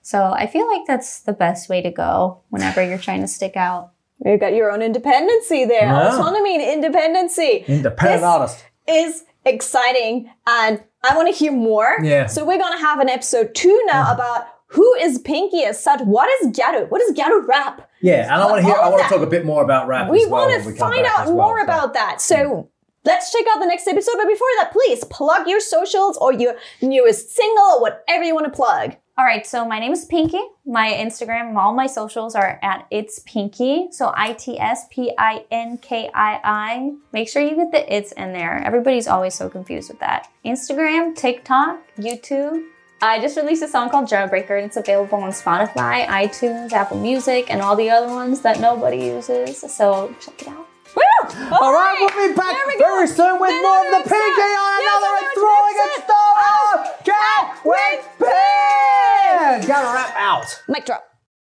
Speaker 3: So I feel like that's the best way to go whenever you're trying to stick out.
Speaker 1: You've got your own independency there.
Speaker 2: Yeah. Mm.
Speaker 1: Autonomy and independency.
Speaker 2: Independent
Speaker 1: This-
Speaker 2: artist.
Speaker 1: is exciting and I want to hear more.
Speaker 2: Yeah. Mm.
Speaker 1: So we're going to have an episode two now about who is Pinky as such? What is Garu? What is Garu rap?
Speaker 2: Yeah, and I want to hear.
Speaker 1: all
Speaker 2: I want
Speaker 1: Oh, that.
Speaker 2: to talk a bit more about rap.
Speaker 1: We
Speaker 2: as well
Speaker 1: want
Speaker 2: when
Speaker 1: to
Speaker 2: we come
Speaker 1: find
Speaker 2: back
Speaker 1: out
Speaker 2: as well,
Speaker 1: more
Speaker 2: so. Hmm.
Speaker 1: about that. So let's check out the next episode. But before that, please plug your socials or your newest single or whatever you want to plug.
Speaker 3: All right, so my name is Pinky. My Instagram, all my socials are at it's Pinky. So I T S P I N K I I. Make sure you get the it's in there. Everybody's always so confused with that. Instagram, TikTok, YouTube. I just released a song called Jailbreaker and it's available on Spotify, iTunes, Apple Music, and all the other ones that nobody uses. So check it out.
Speaker 1: Woo!
Speaker 2: All right, we'll be back
Speaker 1: There we go.
Speaker 2: very soon with
Speaker 1: Another
Speaker 2: more of the
Speaker 1: episode.
Speaker 2: PG on
Speaker 1: Yes,
Speaker 2: another
Speaker 1: another
Speaker 2: enthralling and
Speaker 1: episode.
Speaker 2: star. Can't wait, Pig! Gotta wrap out.
Speaker 1: Mic drop.